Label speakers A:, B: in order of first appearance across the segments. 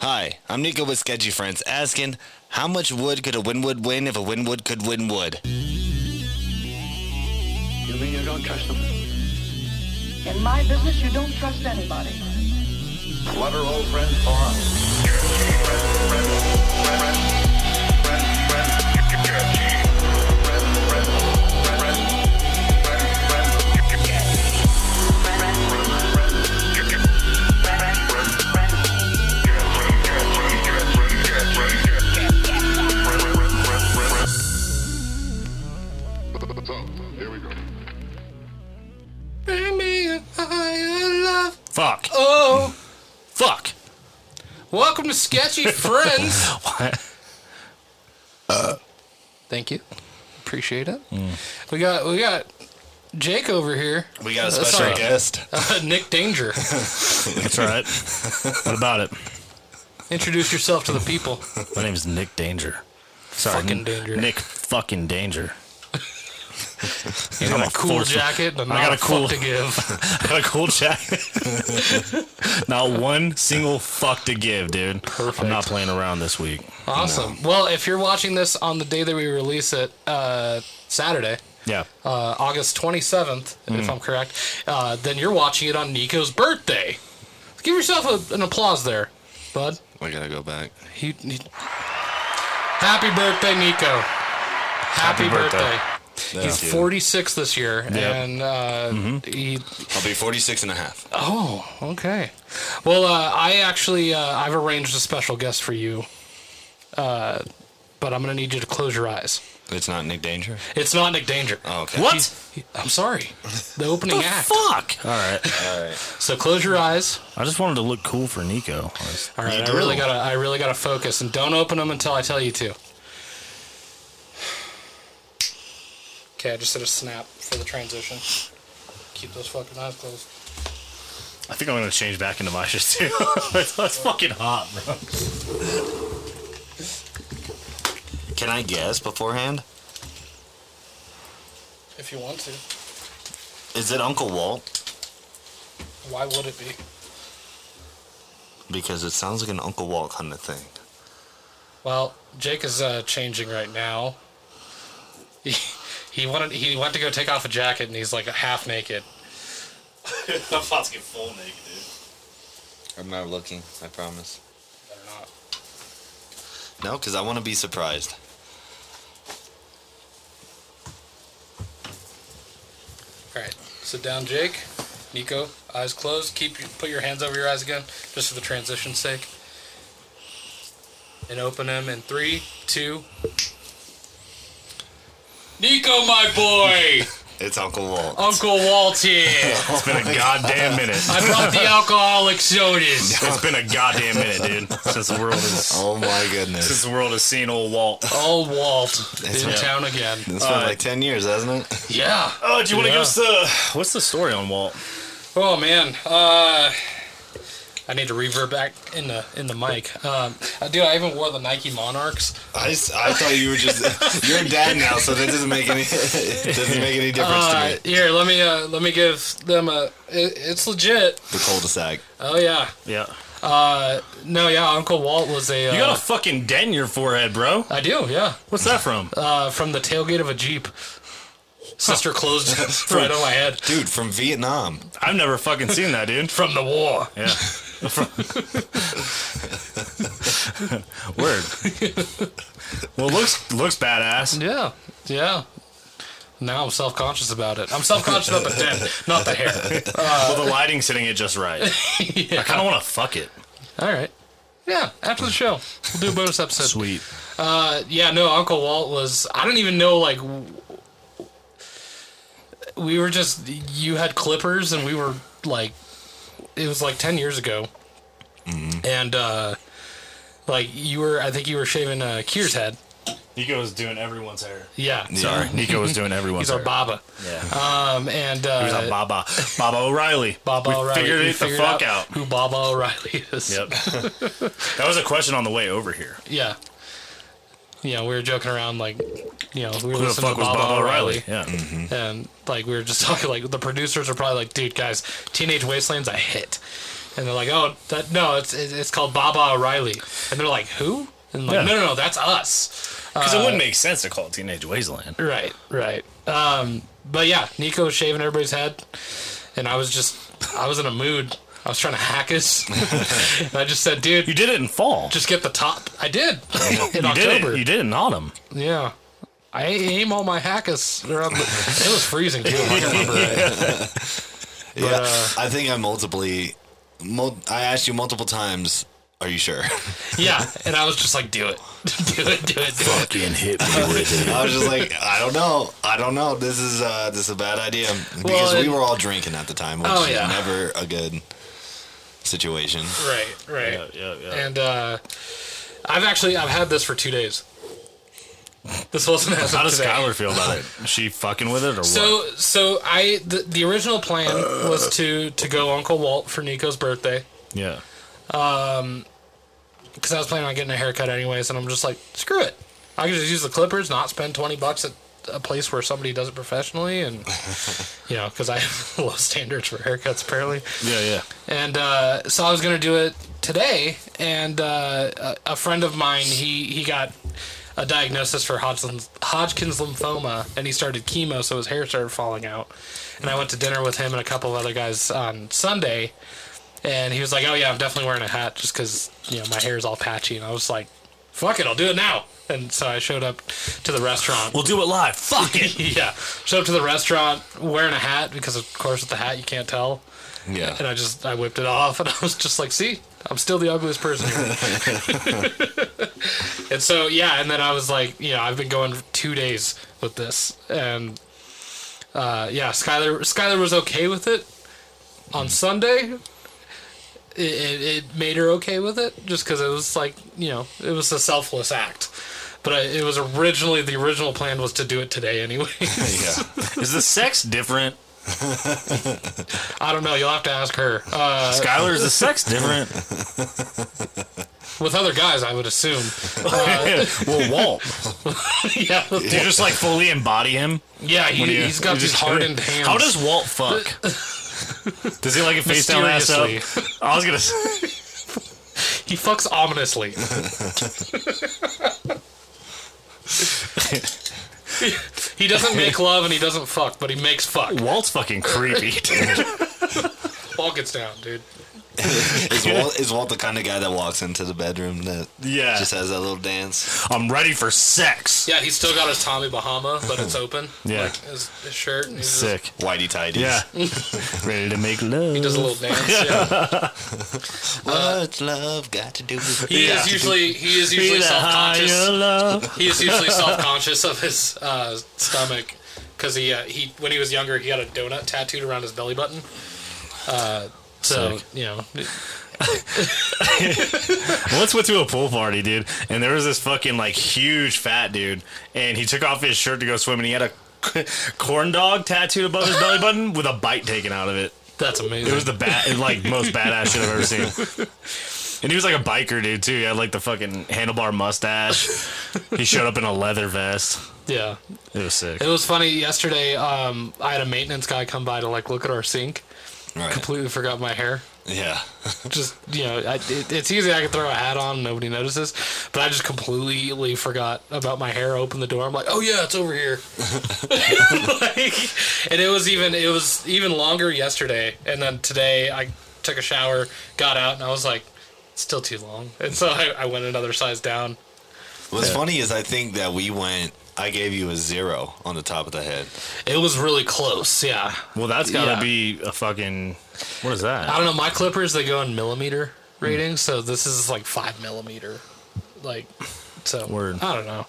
A: Hi, I'm Nico with Sketchy Friends asking, how much wood could a Winwood win if a Winwood could win wood?
B: You mean you don't trust them?
C: In my business, you don't trust anybody.
B: What are old friends for?
D: Bring me a higher love.
A: Fuck.
D: Oh,
A: Fuck.
D: welcome to Sketchy Friends.
A: What?
D: Thank you, appreciate it.
E: Mm.
D: We got we got Jake over here.
A: We got a
D: That's
A: special
D: all right.
A: guest.
D: Uh, Nick Danger,
E: That's right. what about it?
D: introduce yourself to the people.
E: My name is Nick Danger. Sorry,
D: Fucking
E: N-
D: Danger.
E: Nick fucking Danger.
D: He's got a cool
E: force-
D: jacket and a
E: I
D: not
E: got
D: a
E: a cool-
D: fuck to give.
E: I got a cool jacket. not one single fuck to give, dude.
D: Perfect.
E: I'm not playing around this week.
D: Awesome. Well, if you're watching this on the day that we release it, uh, Saturday,
E: Yeah.
D: uh, August 27th, if I'm correct, uh, then you're watching it on Nico's birthday. Give yourself a, an applause there, bud.
A: We gotta go back.
D: He, he- Happy birthday, Nico. Happy,
E: birthday.
D: birthday. He's
A: Thank you.
D: 46 this year,
E: Yep.
D: and uh, he.
A: I'll be 46 and a half.
D: Oh, okay. Well, uh, I actually uh, I've arranged a special guest for you, uh, but I'm gonna need you to close your eyes.
A: It's not Nick Danger.
D: It's not Nick Danger.
A: Oh, okay.
E: What?
D: He's- he- I'm sorry. The opening act.
E: Fuck. All right.
A: All right.
D: So close your eyes.
E: I just wanted to look cool for Nico. I was-
D: All right,
A: You
D: I really
A: do.
D: gotta, I really gotta focus, and don't open them until I tell you to. Okay, I just did a snap for the transition. Keep those fucking eyes closed.
E: I think I'm gonna change back into my shit too. That's that's fucking hot, bro.
A: Can I guess beforehand?
D: If you want to,
A: Is it Uncle Walt?
D: why would it be?
A: Because it sounds like an Uncle Walt kind of thing.
D: Well, Jake is uh, changing right now. He, he wanted, he went to go take off a jacket, and he's like half naked.
E: I'm about to get full naked, dude.
A: I'm not looking, I promise.
D: Better not.
A: No, because I want to be surprised.
D: All right, sit down, Jake. Nico, eyes closed. Keep your, put your hands over your eyes again, just for the transition's sake. And open them in three, two. Nico, my boy,
A: It's Uncle Walt.
D: Uncle Walt here.
E: It's been a goddamn minute.
D: I brought the alcoholic sodas.
E: It's been a goddamn minute, dude. Since the world is
A: Oh my goodness.
E: since the world has seen old Walt.
D: Old Walt in
A: right.
D: town again.
A: It's been like 10 years, hasn't it?
D: Yeah.
E: Oh, do you want to
D: Yeah.
E: give us the what's the story on Walt?
D: Oh man, uh, I need to reverb back in the in the mic. Um, I do. I even wore the Nike Monarchs.
A: I, s- I thought you were just. You're a dad now, so that doesn't make any. It doesn't make any difference
D: All
A: to me.
D: right, here, let me uh, let me give them a. It, it's legit.
A: The cul-de-sac.
D: Oh yeah.
E: Yeah,
D: Uh, no, yeah. Uncle Walt was a. Uh,
E: you got a fucking dent in your forehead, bro.
D: I do, yeah.
E: What's that from?
D: Uh, from the tailgate of a jeep. Sister closed right on my head.
A: Dude, from Vietnam.
E: I've never fucking seen that, dude.
D: From the war.
E: Yeah. Word. Well, looks looks badass.
D: Yeah, yeah. Now I'm self conscious about it. I'm self conscious about the dent, not the hair.
E: well, the lighting's hitting it just right. I kind of want to fuck it.
D: All right. Yeah, after the show, we'll do a bonus episode.
E: Sweet.
D: Uh, yeah, no, Uncle Walt was. I don't even know, like. w- We were just. You had clippers, and we were, like. It was like 10 years ago.
E: Mm-hmm.
D: And, uh. Like, you were. I think you were shaving uh, Kier's head.
E: Nico was doing everyone's hair.
D: Yeah.
E: Sorry, Nico was doing everyone's
D: He's our
E: hair.
D: Baba.
E: Yeah.
D: Um, and, uh.
E: He was on Baba. Baba O'Reilly.
D: Baba
E: we
D: O'Reilly.
E: Figured
D: We
E: it the fuck out.
D: Who Baba O'Reilly is.
E: Yep. that was a question on the way over here.
D: Yeah. Yeah, we were joking around, like, you know, we were
E: Who the
D: listening
E: fuck
D: to
E: was
D: Baba,
E: Bob
D: O'Reilly. Mm-hmm.
E: O'Reilly? Yeah.
D: and like we were just talking like the producers are probably like dude guys teenage wasteland's a hit and they're like, "Oh, that no, it's it's it's called Baba O'Reilly," and they're like, "Who?" And I'm like,
E: Yeah.
D: "No, no, no, that's us."
E: Because it wouldn't make sense to call it Teenage Wasteland.
D: Right, right. Um, but yeah, Nico was shaving everybody's head, and I was just, I was in a mood. I was trying to hack us. and I just said, dude,
E: You did it in fall.
D: just get the top. I did in
E: you
D: October.
E: did it. You did it in autumn.
D: Yeah. I aim all my hackus. around the- It was freezing too. If I can remember uh, right.
A: yeah, I think I multiply. Mul- I asked you multiple times. Are you sure?
D: Yeah, and I was just like, "Do it, do it, do it, do it."
E: Fucking hit me with
A: I was just like, I don't know, I don't know. This is uh, this is a bad idea because
D: Well,
A: we
D: it-
A: were all drinking at the time, which
D: Oh,
A: is
D: yeah.
A: never a good situation.
D: Right, right.
E: yeah, yeah.
D: And uh, I've actually I've had this for two days. This wasn't as
E: How
D: of
E: does
D: today.
E: Skylar feel about it? Is she fucking with it or what?
D: So so I the, the original plan was to to go Uncle Walt for Nico's birthday
E: Yeah.
D: because I was planning on getting a haircut anyways, and I'm just like, screw it. I can just use the clippers, not spend twenty bucks at a place where somebody does it professionally, and you know, because I have low standards for haircuts apparently.
E: Yeah, yeah.
D: And uh, so I was gonna do it today, and uh, a, a friend of mine he he got a diagnosis for Hodgkin's, Hodgkin's lymphoma, and he started chemo, so his hair started falling out. And I went to dinner with him and a couple other guys on Sunday, and he was like, "Oh yeah, I'm definitely wearing a hat just because you know my hair is all patchy." And I was like, "Fuck it, I'll do it now." And so I showed up to the restaurant.
E: We'll do it live. Fuck it.
D: yeah, showed up to the restaurant wearing a hat because of course with the hat you can't tell
A: Yeah,
D: and I just I whipped it off, and I was just like, "See, I'm still the ugliest person here." and so yeah, and then I was like, you know, I've been going two days with this, and uh, yeah, Skylar Skylar was okay with it on Sunday. It, it, it made her okay with it just because it was like you know it was a selfless act, but I, it was originally the original plan was to do it today anyway.
A: yeah.
E: Is the sex different?
D: I don't know. You'll have to ask her. Uh,
E: Skylar, is the sex different?
D: with other guys, I would assume.
E: well, Walt.
D: yeah,
E: Uh, Do you just like fully embody him?
D: yeah. He,
E: When you-
D: he's got
E: you
D: these
E: just-
D: hardened hands.
E: How does Walt fuck? does he like a face down ass up?
D: Mysteriously.
E: I was gonna. say
D: he fucks ominously? he doesn't make love and he doesn't fuck, but he makes fuck.
E: Walt's fucking creepy.
D: Walt gets down, dude.
A: Is Walt, is Walt the kind of guy that walks into the bedroom that
E: Yeah.
A: just has that little dance?
E: I'm ready for sex.
D: Yeah, he's still got his Tommy Bahama, but it's open.
E: Yeah.
D: like his, his shirt. And he's just-
E: Sick.
A: Whitey tidies.
E: Yeah. ready to make love.
D: he does a little dance. Yeah,
A: What's love got to do with
D: he
E: Yeah.
D: is usually he is
E: Be
D: usually
E: the
D: self
E: higher
D: conscious.
E: love.
D: He is usually self conscious of his uh, stomach because he uh, he when he was younger he got a donut tattooed around his belly button. Uh, so
E: Sick.
D: you know,
E: Once went to a pool party, dude, and there was this fucking like huge fat dude, and he took off his shirt to go swim, and he had a corn dog tattooed above his belly button with a bite taken out of it.
D: that's amazing.
E: It was the bat, like most badass shit I've ever seen. And he was like a biker dude too. He had like the fucking handlebar mustache. He showed up in a leather vest.
D: yeah.
E: It was sick.
D: It was funny yesterday. Um, I had a maintenance guy come by to like look at our sink.
A: Right.
D: Completely forgot my hair.
A: Yeah.
D: Just you know, I, it, it's easy. I can throw a hat on, nobody notices. But I just completely forgot about my hair. Opened the door. I'm like, oh yeah, it's over here. like, and it was even it was even longer yesterday. And then today, I took a shower, got out, and I was like, it's still too long. And so I, I went another size down.
A: What's funny is I think that we went. I gave you a zero on the top of the head.
D: It was really close. Yeah.
E: Well, that's gotta
D: Yeah.
E: be a fucking. What is that?
D: I don't know. My clippers they go in millimeter ratings, so this is like five millimeter, like so.
E: Word.
D: I don't know.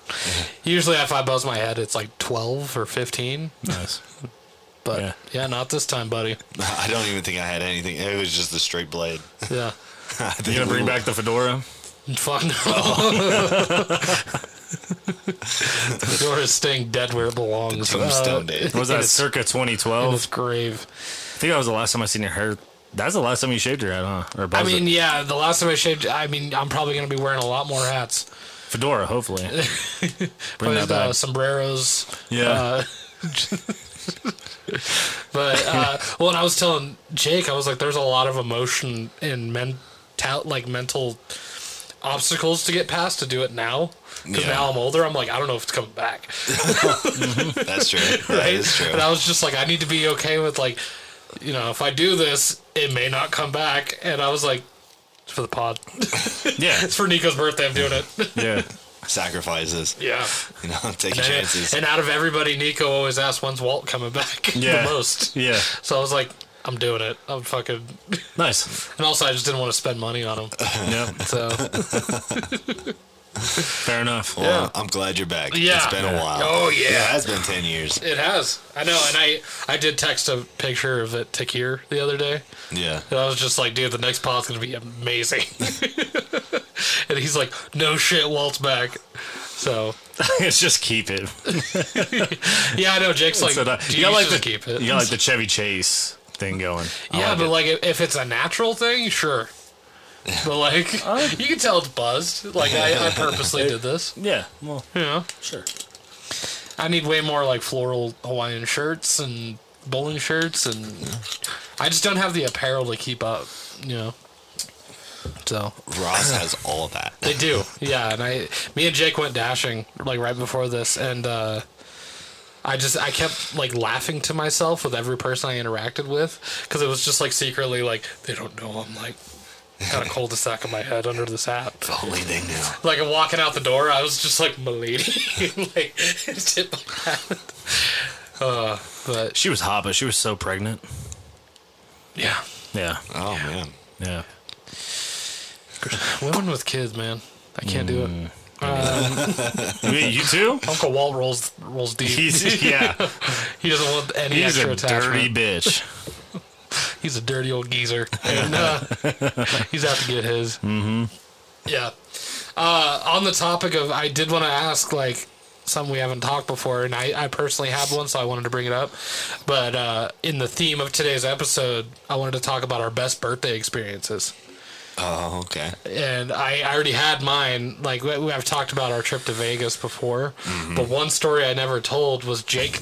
D: Usually, if I buzz my head, it's like twelve or fifteen,
E: Nice.
D: but
E: Yeah.
D: yeah, not this time, buddy.
A: I don't even think I had anything. It was just a straight blade.
D: Yeah,
A: I think
E: You gonna bring
A: we-
E: back the fedora?
D: fuck no.
E: Oh.
D: the door is staying dead where it belongs.
A: tombstone
D: Uh,
A: days.
E: What was that circa
D: in
E: 2012?
D: its grave.
E: I think that was the last time I seen your hair. That's the last time you shaved your head, huh? Or
D: I
E: was
D: mean,
E: it
D: yeah. The last time I shaved, I mean, I'm probably gonna be wearing a lot more hats.
E: fedora, hopefully. Bring
D: Probably
E: that
D: the
E: back.
D: sombreros. Uh,
E: Yeah.
D: But uh, well, and I was telling Jake, I was like, there's a lot of emotion and mental, like mental obstacles to get past to do it now. Because
A: Yeah.
D: now I'm older, I'm like, I don't know if it's coming back.
A: That's true. That
D: Right?
A: is true.
D: And I was just like, I need to be okay with like, you know, if I do this, it may not come back. And I was like, it's for the pod.
E: Yeah.
D: it's for Nico's birthday. I'm doing it.
E: Yeah.
A: Sacrifices.
D: yeah.
A: You know, taking
D: And,
A: chances.
D: and out of everybody, Nico always asks when's Walt coming back
E: Yeah.
D: the most.
E: Yeah.
D: So I was like, I'm doing it. I'm fucking.
E: Nice.
D: And also, I just didn't want to spend money on him.
E: Yeah.
D: So
E: Fair enough.
A: well, I'm glad you're back.
D: Yeah.
A: It's been a while.
D: Oh, yeah.
A: It has been 10 years.
D: it has. I know. And I I did text a picture of it to Kier the other day.
A: Yeah.
D: And I was just like, dude, the next pod's going to be amazing. and he's like, no shit, Walt's back. So,
E: Let's just keep it.
D: yeah, I know. Jake's like,
E: So that-
D: "Dude, you,
E: got like
D: should
E: the
D: keep it.
E: You got like the Chevy Chase thing going. I
D: yeah,
E: like
D: but
E: it.
D: like, if- if it's a natural thing, sure. But like, you can tell it's buzzed. Like, I, I purposely did this.
E: yeah. Well,
D: Yeah.
E: sure.
D: I need way more like floral Hawaiian shirts and bowling shirts, and I just don't have the apparel to keep up. You know. So
A: Ross has all that.
D: they do, yeah. And I, me and Jake went dashing like right before this, and uh, I just I kept like laughing to myself with every person I interacted with because it was just like secretly like they don't know I'm like got a cul-de-sac in my head under this hat.
A: If Only they knew.
D: Like I'm walking out the door, I was just like milady, like tip my hat. Uh, but
E: She was hot, but she was so pregnant.
D: yeah,
E: Yeah.
A: Oh, man.
E: Yeah.
D: women with kids, man, I can't do
E: Mm.
D: it.
E: Wait, you too?
D: Uncle Walt rolls rolls deep.
E: He's yeah.
D: he doesn't want any
E: He's
D: extra
E: a dirty
D: attachment.
E: bitch.
D: he's a dirty old geezer, and uh, he's out to get his. Mm-hmm. Yeah. Uh, on the topic of, I did want to ask like something we haven't talked before, and I, I personally have one, so I wanted to bring it up. But uh, in the theme of today's episode, I wanted to talk about our best birthday experiences.
A: Oh, okay.
D: and I, I already had mine. Like we, we- I've talked about our trip to Vegas before, but one story I never told was Jake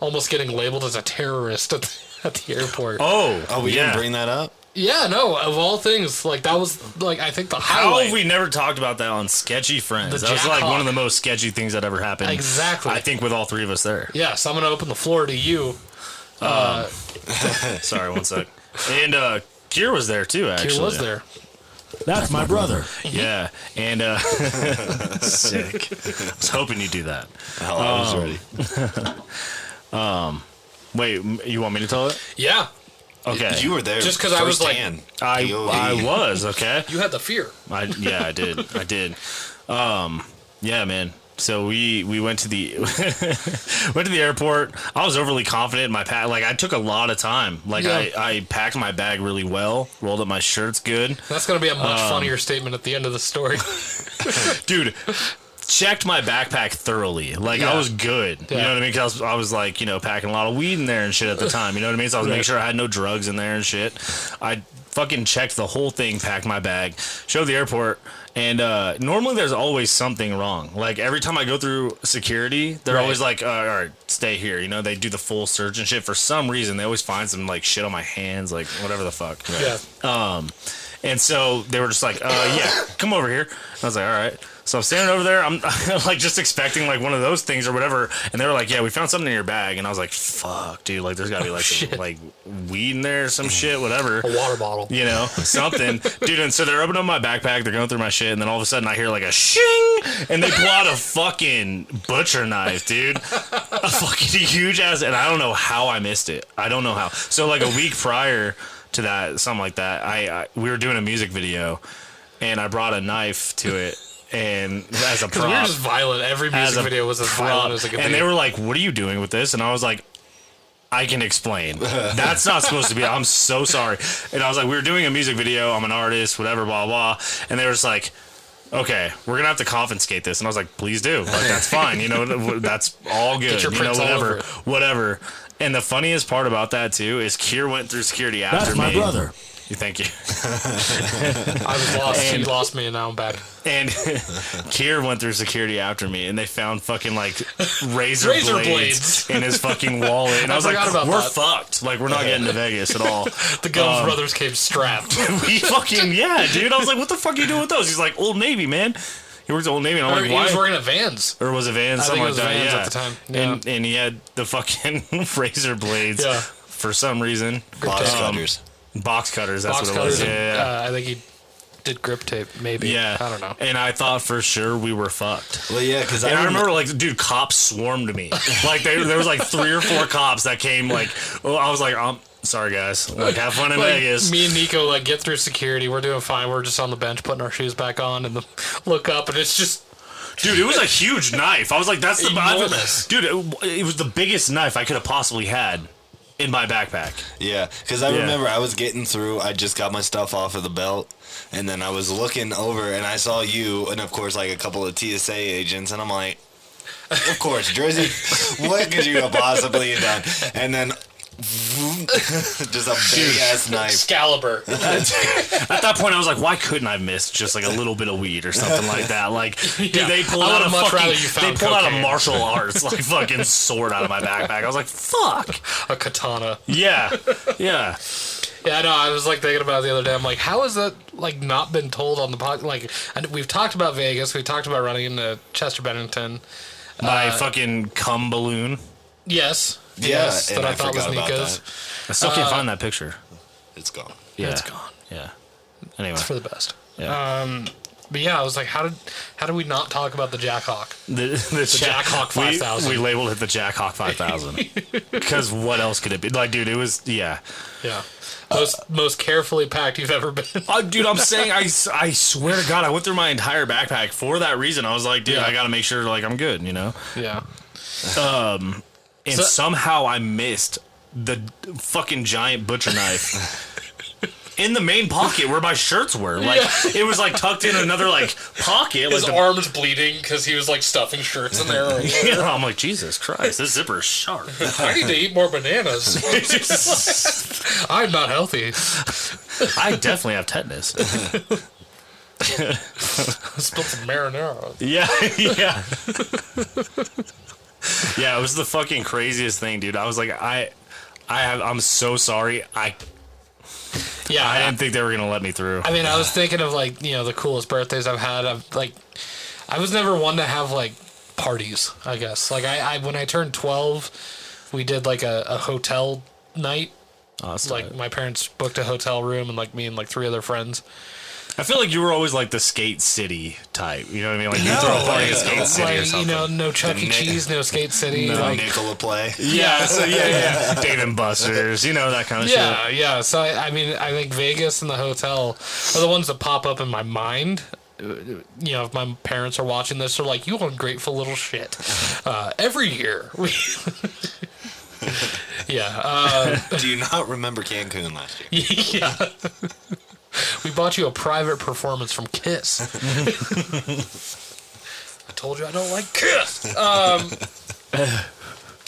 D: almost getting labeled as a terrorist at the, at the airport.
E: Oh.
A: Oh, we
E: yeah.
A: didn't bring that up?
D: Yeah, no, of all things, like that was like I think the
E: How
D: highlight.
E: have we never talked about that on Sketchy Friends?
D: The
E: that was like
D: Jack
E: one of the most sketchy things that ever happened.
D: Exactly.
E: I think with all three of us there.
D: yeah, so I'm gonna open the floor to you.
E: Sorry, one sec. And uh Kier was there too, actually.
D: Here was there.
E: That's my brother. yeah. And uh sick. I was hoping you'd do that.
A: Oh, I was
D: Um,
A: ready.
E: Wait, m- you want me to tell it?
D: Yeah,
E: Okay.
A: You were there.
D: Just 'cause I was, like,
A: firsthand.
E: I
A: POV.
E: I was, okay.
D: you had the fear.
E: I yeah, I did. I did. Um, yeah, man. So we we went to the went to the airport. I was overly confident in my pack. Like I took a lot of time. Like I
D: Yeah.
E: I packed my bag really well. Rolled up my shirts good.
D: That's gonna be a much
E: Um,
D: funnier statement at the end of the story.
E: dude checked my backpack thoroughly like
D: Yeah.
E: i was good you
D: Yeah.
E: know what i mean 'Cause I was, I was like you know packing a lot of weed in there and shit at the time you know what i mean so i was making
D: Right.
E: sure i had no drugs in there and shit i fucking checked the whole thing packed my bag showed the airport and uh, normally there's always something wrong like every time i go through security they're
D: Right.
E: always like uh, all right stay here you know they do the full search and shit for some reason they always find some like shit on my hands like whatever the fuck
D: yeah,
E: um, and so they were just like, uh, yeah, come over here. I was like, all right. So I'm standing over there. I'm like just expecting like one of those things or whatever. And they were like, yeah, we found something in your bag. And I was like, fuck, dude. Like there's gotta be like some,
D: Shit.
E: like weed in there or some shit, whatever.
D: a water bottle.
E: You know, something, dude. And so they're opening up my backpack. They're going through my shit, and then all of a sudden I hear like a shing, and they pull out a fucking butcher knife, dude. A fucking huge ass, and I don't know how I missed it. I don't know how. So like a week prior to that, something like that, I, I we were doing a music video, and I brought a knife to it, and as a
D: Because
E: prop.
D: we were just violent. Every
E: as
D: music
E: a
D: video was as
E: prop.
D: violent as it could
E: and
D: be.
E: they were like, "What are you doing with this?" And I was like, I can explain. That's not supposed to be. I'm so sorry. And I was like, we were doing a music video. I'm an artist, whatever, blah, blah. And they were just like, okay, we're going to have to confiscate this. And I was like, please do. Like, that's fine. You know, th- that's all good.
D: your
E: you know,
D: prints all over
E: whatever,
D: it.
E: whatever. And the funniest part about that, too, is Kier went through security after
F: That's
E: me.
F: my brother.
E: Thank you.
D: I was lost.
E: And-
D: you lost me, and now I'm back.
E: And Kier went through security after me, and they found fucking like razor,
D: Razor
E: blades,
D: blades.
E: in his fucking wallet. And I,
D: I
E: was like,
D: forgot about
E: "We're
D: that."
E: fucked. Like, we're not getting to Vegas at all." Um,
D: The Guns Brothers came strapped.
E: we fucking yeah, dude. I was like, "What the fuck are you doing with those?" He's like, "Old Navy, man." He works at Old Navy, and I'm
D: Or
E: like,
D: he
E: "Why?"
D: was working at Vans.
E: or was it Vans?
D: I
E: Something
D: think it was
E: like that.
D: Vans
E: yeah.
D: at the time.
E: And and he had the fucking razor blades.
D: Yeah.
E: For some reason,
A: Box
D: Um,
A: cutters.
E: box cutters. That's
D: Box
E: what it was.
D: cutters.
E: yeah, yeah,
D: and,
E: yeah.
D: uh, I think he did grip tape. Maybe.
E: yeah.
D: I don't know.
E: And I thought for sure we were fucked.
A: Well, yeah, because
E: And I remember, like, dude, cops swarmed me. Like, they, there was like three or four cops that came. Like, well, I was like, um, sorry guys, like, have fun in
D: Like,
E: Vegas.
D: me and Nico like get through security. We're doing fine. We're just on the bench putting our shoes back on, and the, look up, and it's just
E: Dude, it was a huge knife. I was like, that's the
D: Enormous.
E: I- dude. It, it was the biggest knife I could have possibly had in my backpack.
A: Yeah, because I
E: Yeah.
A: remember I was getting through. I just got my stuff off of the belt, and then I was looking over, and I saw you, and of course, like a couple of TSA agents, and I'm like, "Of course, Jersey, what could you have possibly done?" And then, just a big ass knife.
D: Excalibur.
E: At that point, I was like, why couldn't I miss just like a little bit of weed or something like that? Like, dude,
D: Yeah,
E: they pulled
D: I
E: out
D: would've
E: a
D: much
E: fucking,
D: rather you
E: they
D: found
E: pulled out a
D: cocaine.
E: martial arts like fucking sword out of my backpack. I was like, fuck.
D: a katana.
E: Yeah, yeah.
D: Yeah, I know. I was like thinking about it the other day. I'm like, how has that like not been told on the podcast? Like, I, we've talked about Vegas. We talked about running into Chester Bennington.
E: My
D: Uh,
E: fucking cum balloon.
D: Yes.
A: Yeah,
D: yes.
A: and
D: That I,
A: I
D: thought was
A: forgot about
D: Nico's.
E: I still
D: uh,
E: can't find that picture.
A: It's gone.
E: Yeah,
D: It's gone.
E: Yeah. Anyway,
D: It's for the best. Um,
E: yeah.
D: But yeah, I was like, how did how did we not talk about the Jack Hawk?
E: the, the,
D: Jack Hawk
E: we-
D: 5000.
E: We, labeled it the Jack Hawk 5000 because what else could it be? Like, dude, it was yeah.
D: Yeah. Most most carefully packed you've ever been.
E: Uh, dude, I'm saying I, s- I swear to God, I went through my entire backpack for that reason. I was like, dude,
D: Yeah.
E: I got to make sure like I'm good, you know.
D: yeah.
E: And
D: So-
E: somehow I missed the d- fucking giant butcher knife. In the main pocket where my shirts were, like it was like tucked in another like pocket.
D: His
E: like the-
D: arm was bleedling because he was like stuffing shirts in there.
E: Yeah, I'm like Jesus Christ, this zipper is sharp.
D: I need to eat more bananas. I'm not healthy.
E: I definitely have tetanus.
D: Spilled some marinara.
E: Yeah, yeah. yeah, it was the fucking craziest thing, dude. I was like, I, I have, I'm so sorry. I,
D: Yeah,
E: I
D: I,
E: didn't think they were gonna let me through.
D: I mean, I was thinking of like you know the coolest birthdays I've had. I've like, I was never one to have like parties. I guess like I, I when I turned twelve, we did like a, a hotel night.
E: Oh, that's
D: Like
E: tight.
D: my parents booked a hotel room and like me and like three other friends.
E: I feel like you were always like the skate city type. You know what I mean? Like you throw a party at skate city or
D: Like you
E: something.
D: know, no Chuck E.
A: The Nick-
D: Cheese, no Skate City.
A: Like,
D: like,
A: Nickel play.
E: yeah, so yeah, yeah, yeah. Dave and Buster's, you know that kind of
D: Yeah, yeah. So I, I mean, I think Vegas and the hotel are the ones that pop up in my mind. You know, if my parents are watching this, they're like, "You ungrateful little shit." Uh, every year, we. yeah, uh,
A: Do you not remember Cancun last year?
D: yeah. we bought you a private performance from Kiss. I told you I don't like Kiss. Um,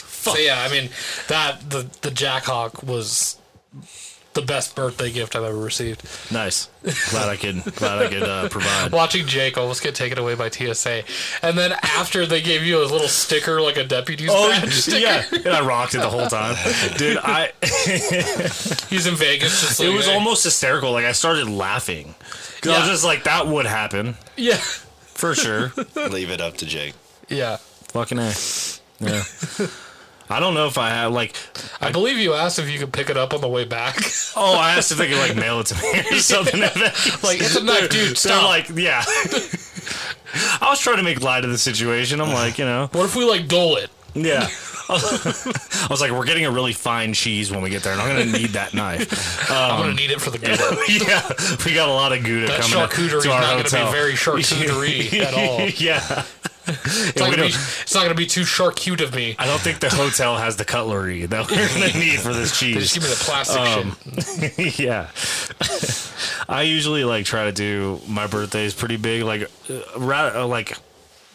D: so yeah, I mean that the the Jack Hawk was the best birthday gift I've ever received.
E: shit. Nice. Glad I could. Glad I could uh, provide.
D: Watching Jake almost get taken away by TSA, and then after they gave you a little sticker like a deputy's badge sticker.
E: Oh, yeah, and I rocked it the whole time, dude. I
D: He's in Vegas. Just like,
E: it was
D: hey.
E: almost hysterical. Like I started laughing. 'Cause I was
D: Yeah.
E: just like, that would happen
D: yeah
E: for sure.
A: Leave it up to Jake.
D: yeah.
E: Fucking a. Yeah. I don't know if I have like.
D: I believe you asked if you could pick it up on the way back.
E: Oh, I asked if they could like mail it to me or something.
D: Like, it's a knife, dude,
E: So
D: stop.
E: like, yeah. I was trying to make light of the situation. I'm like, you know,
D: What if we like dole it?
E: yeah. I was, I was like, we're getting a really fine cheese when we get there, and I'm gonna need that knife.
D: Uh, I'm gonna need it for the good.
E: Um, yeah, we got a lot of gouda
D: That
E: coming up
D: charcuterie is
E: to our
D: not going to
E: hotel.
D: be very charcuterie at all. It's
E: yeah. And
D: not gonna
E: we
D: be,
E: don't-
D: it's not going to be too charcute of me.
E: I don't think the hotel has the cutlery that we're gonna need for this
D: They just
E: cheese.
D: give me the plastic
E: Um,
D: shit.
E: yeah, I usually like try to do my birthdays pretty big, like uh, ra- uh, like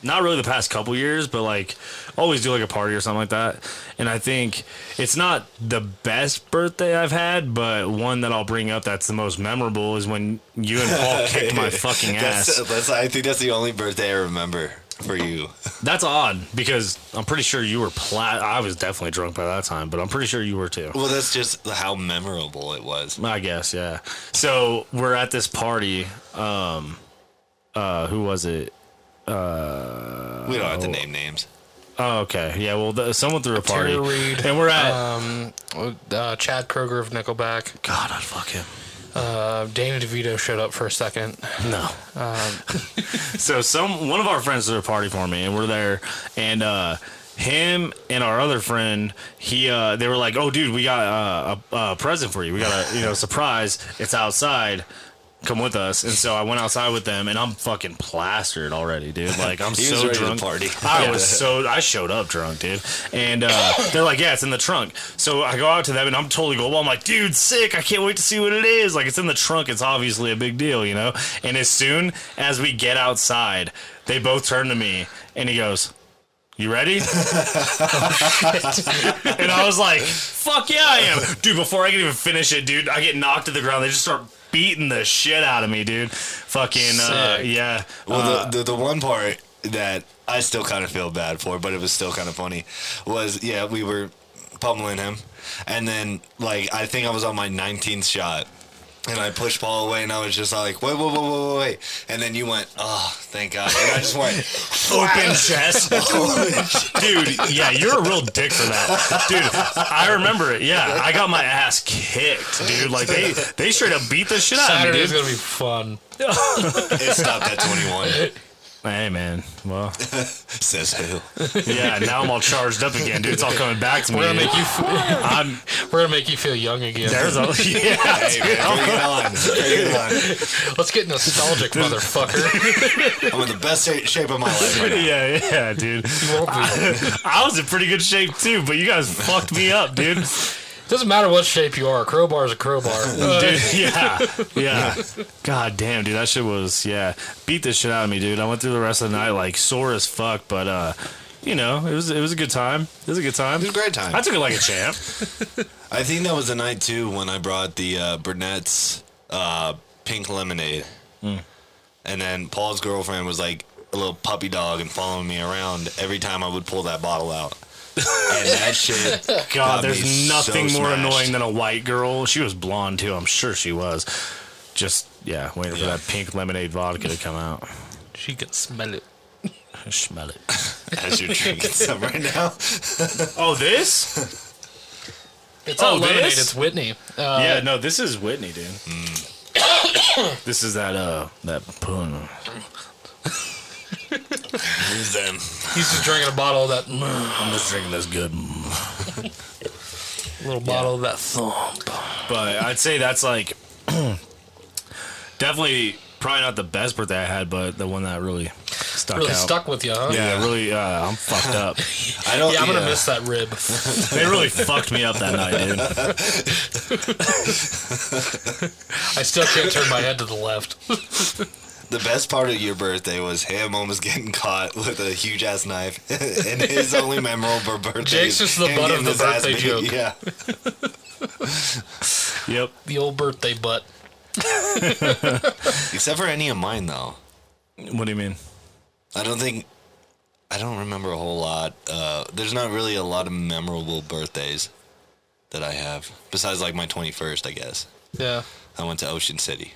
E: not really the past couple years, but like always do like a party or something like that. And I think it's not the best birthday I've had, but one that I'll bring up that's the most memorable is when you and Paul kicked my fucking ass.
A: That's, that's, I think that's the only birthday I remember for you.
E: That's odd because I'm pretty sure you were plat. I was definitely drunk by that time, but I'm pretty sure you were too.
A: Well, that's just how memorable it was.
E: I guess, yeah. So we're at this party. Um, uh, who was it?
A: We don't have to name names.
E: Oh, okay. Yeah. Well, the, someone threw a party,
D: Tara Reid,
E: and we're at.
D: Um, uh, Chad Kroger of Nickelback.
E: God, I'd fuck him.
D: Uh, Danny DeVito showed up for a second.
E: No. so some one of our friends threw a party for me, and we're there, and uh, him and our other friend, he uh, they were like, "Oh, dude, we got uh, a, a present for you. We got a you know surprise. It's outside." Come with us, and so I went outside with them, and I'm fucking plastered already, dude. Like I'm
A: He was
E: so
A: ready to
E: drunk.
A: party.
E: I
A: Yeah.
E: was so I showed up drunk, dude. And uh, they're like, "Yeah, it's in the trunk." So I go out to them, and I'm totally global. I'm like, "Dude, sick! I can't wait to see what it is." Like it's in the trunk. It's obviously a big deal, you know. And as soon as we get outside, they both turn to me, and he goes. You ready? and I was like, fuck yeah, I am. Dude, before I can even finish it, dude, I get knocked to the ground. They just start beating the shit out of me, dude. Fucking, uh,
D: Sick.
E: yeah.
A: Well, the, the the one part that I still kind of feel bad for, but it was still kind of funny, was yeah, we were pummeling him, and then like I think I was on my 19th shot. And I pushed Paul away, and I was just like, "Wait, wait, wait, wait, wait, wait!" And then you went, "Oh, thank God!" And I just went,
E: open chest. Dude, yeah, you're a real dick for that. Dude, I remember it. Yeah, I got my ass kicked, dude. Like they they straight up beat the shit out of me,
D: Saturday's
E: dude.
D: gonna be fun.
A: "It stopped at 21."
E: Hey man. Well,
A: Says who?
E: yeah, now I'm all charged up again, dude. It's all coming back to me.
D: We're gonna make you. F-
E: I'm
D: we're gonna make you feel young again.
E: there's a yeah.
A: Hey, man, bring it on! Bring it on!
D: Let's get nostalgic, motherfucker.
A: I'm in the best sa- shape of my life right now.
E: Yeah, yeah, dude.
D: Won't be.
E: I was in pretty good shape too, but you guys fucked me up, dude.
D: Doesn't matter what shape you are. A crowbar is a crowbar. Uh,
E: dude. Yeah, yeah. God damn, dude, that shit was yeah. Beat the shit out of me, dude. I went through the rest of the night like sore as fuck, but uh, you know, it was it was a good time. It was a good time.
A: It was a great time.
E: I took it like a champ.
A: I think that was the night too when I brought the uh, Burnett's uh, pink lemonade,
D: Hmm.
A: and then Paul's girlfriend was like a little puppy dog and following me around every time I would pull that bottle out. and that shit, got
E: God,
A: me
E: there's
A: so
E: nothing more
A: smashed.
E: annoying than a white girl. She was blonde too. I'm sure she was. Just yeah, waiting for
A: Yeah.
E: that pink lemonade vodka to come out.
D: she can smell it.
E: Smell it.
A: as you're drinking some right now.
E: Oh, this?
D: It's not
E: Oh,
D: lemonade.
E: this?
D: It's Whitney. Uh,
E: yeah, no, this is Whitney, dude. this is that uh that pun.
A: Then
D: He's just drinking a bottle of that mm,
E: I'm just drinking this good. mm.
D: little bottle of that thump.
E: But I'd say that's like definitely probably not the best birthday I had, but the one that really stuck
D: Really
E: out.
D: stuck with you, huh?
E: Yeah, really. Uh, I'm fucked up.
A: I don't.
D: Yeah, I'm gonna miss that rib.
E: they really fucked me up that night, dude.
D: I still can't turn my head to the left.
A: The best part of your birthday was him almost getting caught with a huge ass knife, and his only memorable birthday.
D: Jake's
A: is
D: just the
A: him
D: butt of
A: getting his
D: the
A: ass
D: birthday
A: beat.
D: joke.
A: Yeah.
E: Yep.
D: The old birthday butt.
A: Except for any of mine though.
E: What do you mean?
A: I don't think I don't remember a whole lot. Uh, there's not really a lot of memorable birthdays that I have besides like my 21st, I guess.
D: Yeah.
A: I went to Ocean City.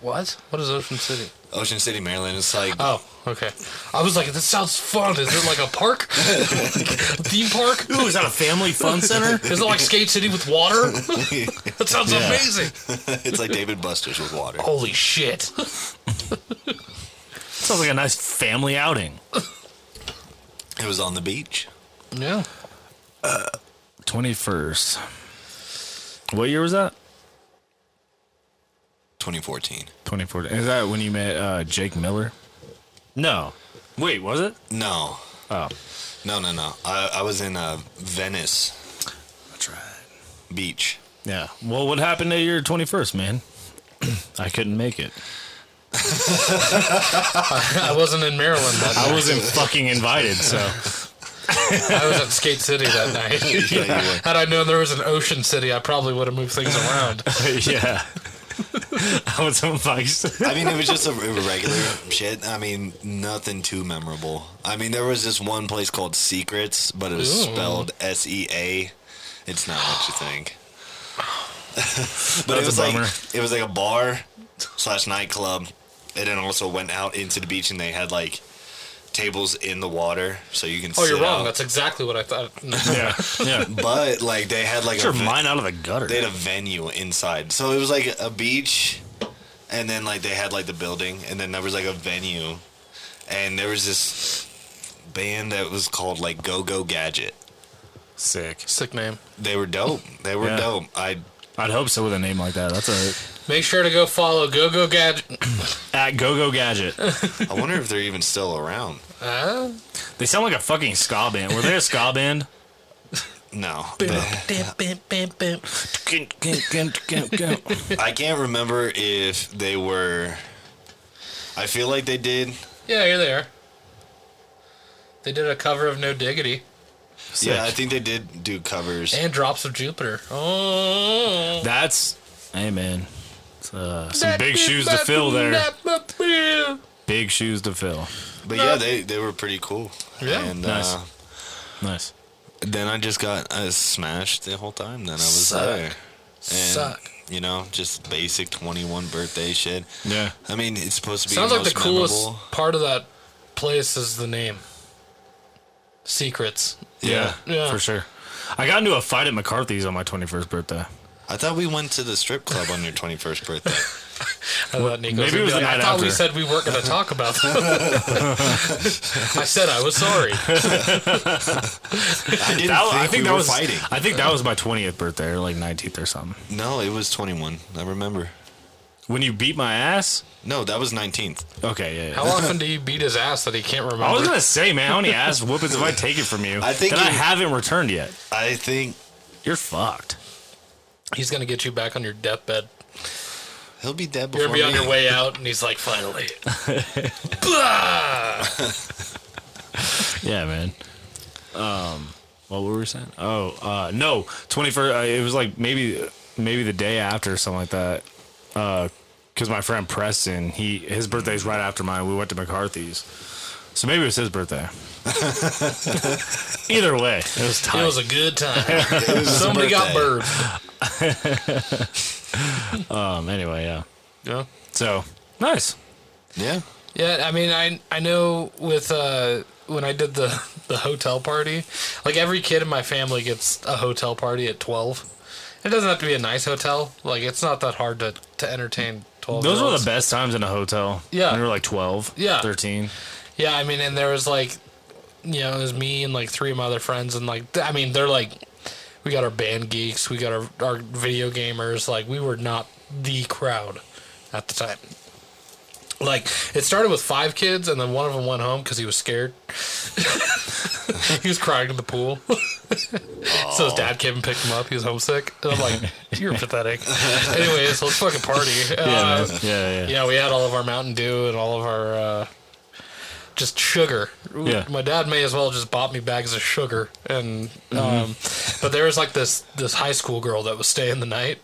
D: What? What is Ocean City?
A: Ocean City, Maryland. It's like
D: Oh, okay. I was like, this sounds fun. Is it like a park? a theme park?
E: Ooh, is that a family fun center?
D: Is it like Skate City with water? that sounds amazing.
A: it's like David Buster's with water.
D: Holy shit.
E: Sounds like a nice family outing.
A: It was on the beach.
D: Yeah.
E: Twenty first. What year was that?
A: 2014.
E: 2014. Is that when you met uh, Jake Miller? No. Wait, was it?
A: No,
E: Oh,
A: no, no, no. I, I was in uh, Venice
E: that's right.
A: Beach.
E: Yeah. Well, what happened at your 21st, man? I couldn't make it.
D: I wasn't in Maryland that
E: I
D: night.
E: wasn't fucking invited, so
D: I was at Skate City that night.
A: Yeah, you were.
D: Had I known there was an Ocean City, I probably would have moved things around.
E: yeah. I was on Vice.
A: I mean, it was just a regular shit. I mean, nothing too memorable. I mean, there was this one place called Secrets, but it was
D: Ooh.
A: spelled S E A. It's not what you think. but it
E: That's a
A: was
E: bummer.
A: like it was like a bar slash nightclub, and then also went out into the beach, and they had like tables in the water, so you can.
D: Oh, you're
A: sit
D: wrong.
A: out.
D: That's exactly what I thought. No.
E: Yeah, yeah.
A: but like they had like
E: Get
A: a
E: your
A: ve-
E: mind out of the gutter.
A: they had a venue inside. So it was like a beach, and then like they had like the building, and then there was like a venue, and there was this band that was called like Go Go Gadget.
E: Sick.
D: Sick name.
A: They were dope. They were
E: Yeah.
A: dope. I
E: I'd hope so with a name like that. That's a
D: Make sure to go follow GoGo Gadget.
E: at Go Go Gadget.
A: I wonder if they're even still around.
D: Uh,
E: They sound like a fucking ska band. Were they a ska band?
A: No,
D: bim, bim, bim, bim.
A: I can't remember if they were. I feel like they did.
D: Yeah, here they are. They did a cover of No Diggity
A: Yeah, I think they did do covers.
D: and Drops of Jupiter. Oh,
E: That's hey man. It's, uh, some big shoes to fill there. Big shoes to fill.
A: But yeah, they, they were pretty cool.
D: Yeah.
A: and,
E: Nice.
A: Uh,
E: Nice.
A: then I just got uh, smashed the whole time. Then I was
D: Suck.
A: there. And,
D: Suck.
A: You know, just basic 21 birthday shit.
E: Yeah.
A: I mean, it's supposed to be
D: Sounds
A: the
D: like the
A: most
D: coolest
A: memorable.
D: part of that place is the name. Secrets.
E: yeah.
D: Yeah.
E: For sure. I got into a fight at McCarthy's on my 21st birthday.
A: I thought we went to the strip club on your 21st birthday.
D: I thought Nico
E: maybe it
D: gonna
E: was
D: be like,
E: the
D: I
E: night
D: thought we
E: after.
D: said we weren't going to talk about that. I said I was sorry.
A: I didn't
E: That-
A: think,
E: I think
A: we
E: that
A: were
E: was
A: fighting.
E: I think that was my 20th birthday or like 19th or something.
A: No, it was 21. I remember.
E: When you beat my ass?
A: No, that was 19th.
E: Okay, yeah, yeah.
D: How often do you beat his ass that he can't remember?
E: I was gonna say, man, how many ass whoopings have I taken from you
A: I think
E: that I
A: you-
E: haven't returned yet?
A: I think
E: You're fucked.
D: He's going to get you back on your deathbed.
A: he'll be dead
D: You're
A: before
D: going
A: me.
D: to be on your way out, and he's like, finally.
E: Yeah, man. Um, what were we saying? Oh, uh, no, twenty first. Uh, it was like maybe, maybe the day after or something like that. Because my friend Preston, he his birthday's right after mine. We went to McCarthy's, so maybe it was his birthday. Either way, it was tight.
D: It was a good time.
A: It was his
D: Somebody got
A: birthday.
D: burned.
E: um, anyway, yeah.
D: Yeah.
E: So nice.
A: Yeah.
D: Yeah, I mean, I I know with uh, when I did the the hotel party, like every kid in my family gets a hotel party at twelve. It doesn't have to be a nice hotel. Like it's not that hard to to entertain twelve.
E: Those were
D: -year-olds.
E: the best times in a hotel.
D: Yeah.
E: we were like 12,
D: Yeah.
E: 13.
D: Yeah, I mean, and there was like, you know, it was me and like three of my other friends, and like, th- I mean, they're like, we got our band geeks, we got our our video gamers, like, we were not the crowd at the time. Like, it started with five kids, and then one of them went home because he was scared. he was crying in the pool. so his dad came and picked him up. He was homesick. And I'm like, you're pathetic. Anyways, let's fucking party. Uh,
E: Yeah, man. yeah, yeah, yeah.
D: yeah, we had all of our Mountain Dew and all of our uh, just sugar.
E: Yeah.
D: My dad may as well just bought me bags of sugar. And
E: Mm-hmm.
D: um, but there was like this this high school girl that was staying the night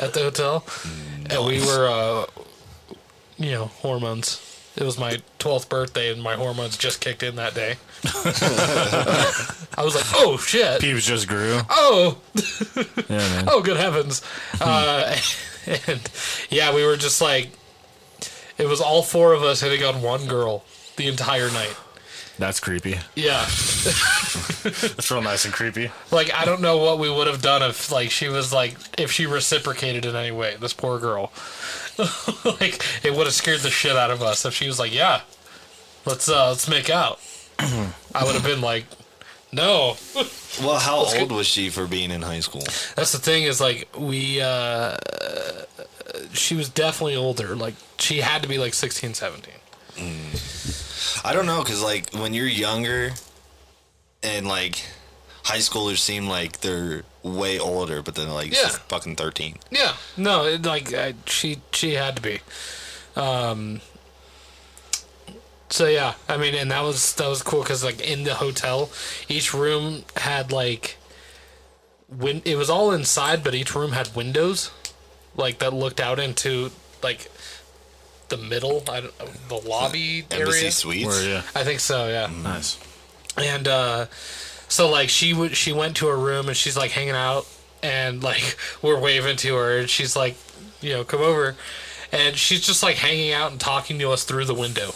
D: at the hotel, and we were uh, you know hormones. It was my 12th birthday, and my hormones just kicked in that day. I was like, "Oh shit!
E: Pubes just grew.
D: Oh,
E: Yeah, man.
D: oh good heavens uh, and yeah we were just like it was all four of us hitting on one girl the entire night
E: That's creepy.
D: yeah
E: That's real nice and creepy.
D: like i don't know what we would have done if like she was like if she reciprocated in any way this poor girl like it would have scared the shit out of us if she was like yeah let's uh let's make out i would have been like no
A: Well, how old was she for being in high school?
D: That's the thing is like we uh she was definitely older. Like she had to be like 16, 17.
A: I don't know, cause like when you're younger, and like high schoolers seem like they're way older, but then like
D: Yeah.
A: she's fucking thirteen.
D: Yeah. No, it, like I, she she had to be. Um, So yeah, I mean, and that was that was cool because like in the hotel, each room had like, win- it was all inside, but each room had windows, like that looked out into like the middle, I don't, the lobby
A: Embassy
D: area.
A: Suites.
E: Where, yeah.
D: I think so. Yeah.
E: Nice.
D: and uh so like she would she went to her room and she's like hanging out and like we're waving to her and she's like you know come over and she's just like hanging out and talking to us through the window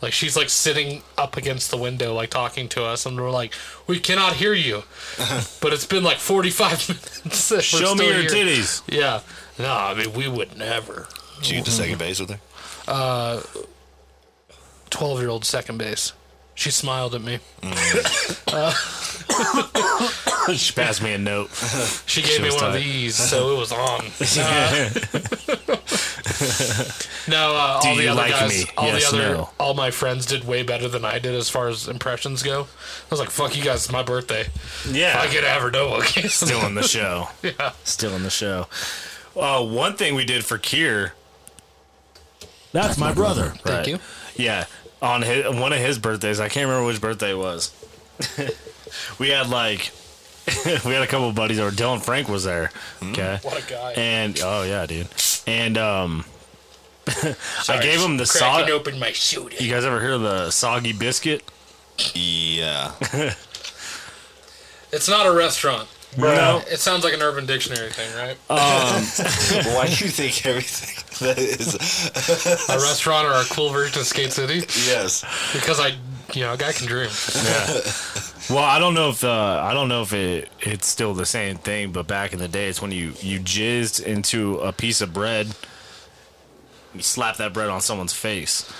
D: like she's like sitting up against the window like talking to us and we're like we cannot hear you but it's been like 45 minutes and we're
E: Uh-huh. Show
D: still
E: me your
D: here.
E: titties.
D: yeah no i mean we would never
A: Did you get to second base with her?
D: 12 year old second base she smiled at me
E: she passed me a note.
D: She gave me
E: was
D: one of
E: tight.
D: these, so it was on. Uh, no, uh, all
E: Do
D: the
E: you
D: other
E: like
D: guys,
E: me?
D: all
E: Yes,
D: the other,
E: no.
D: all my friends did way better than I did as far as impressions go. I was like, "Fuck you guys, it's my birthday.
E: Yeah.
D: I could have her no okay.
E: Still in the show.
D: Yeah.
E: Still in the show. Uh, one thing we did for Kier. That's my brother.
D: Thank you.
E: Yeah. On his, one of his birthdays, I can't remember which birthday it was. we had like, we had a couple buddies over. Dylan Frank was there. Okay.
D: What a guy.
E: And, oh, yeah, dude. And, um, I gave him the
D: cracking
E: sog.
D: open my shooting.
E: You guys ever hear of the soggy biscuit?
A: Yeah.
D: It's not a restaurant.
E: No. Uh,
D: It sounds like an Urban Dictionary thing, right?
A: Why do you think everything that is?
D: a restaurant or a cool version of Skate City?
A: Yes.
D: Because I, you know, a guy can dream.
E: Well, I don't know if the I don't know if it it's still the same thing, but back in the day, it's when you you jizzed into a piece of bread, you slap that bread on someone's face,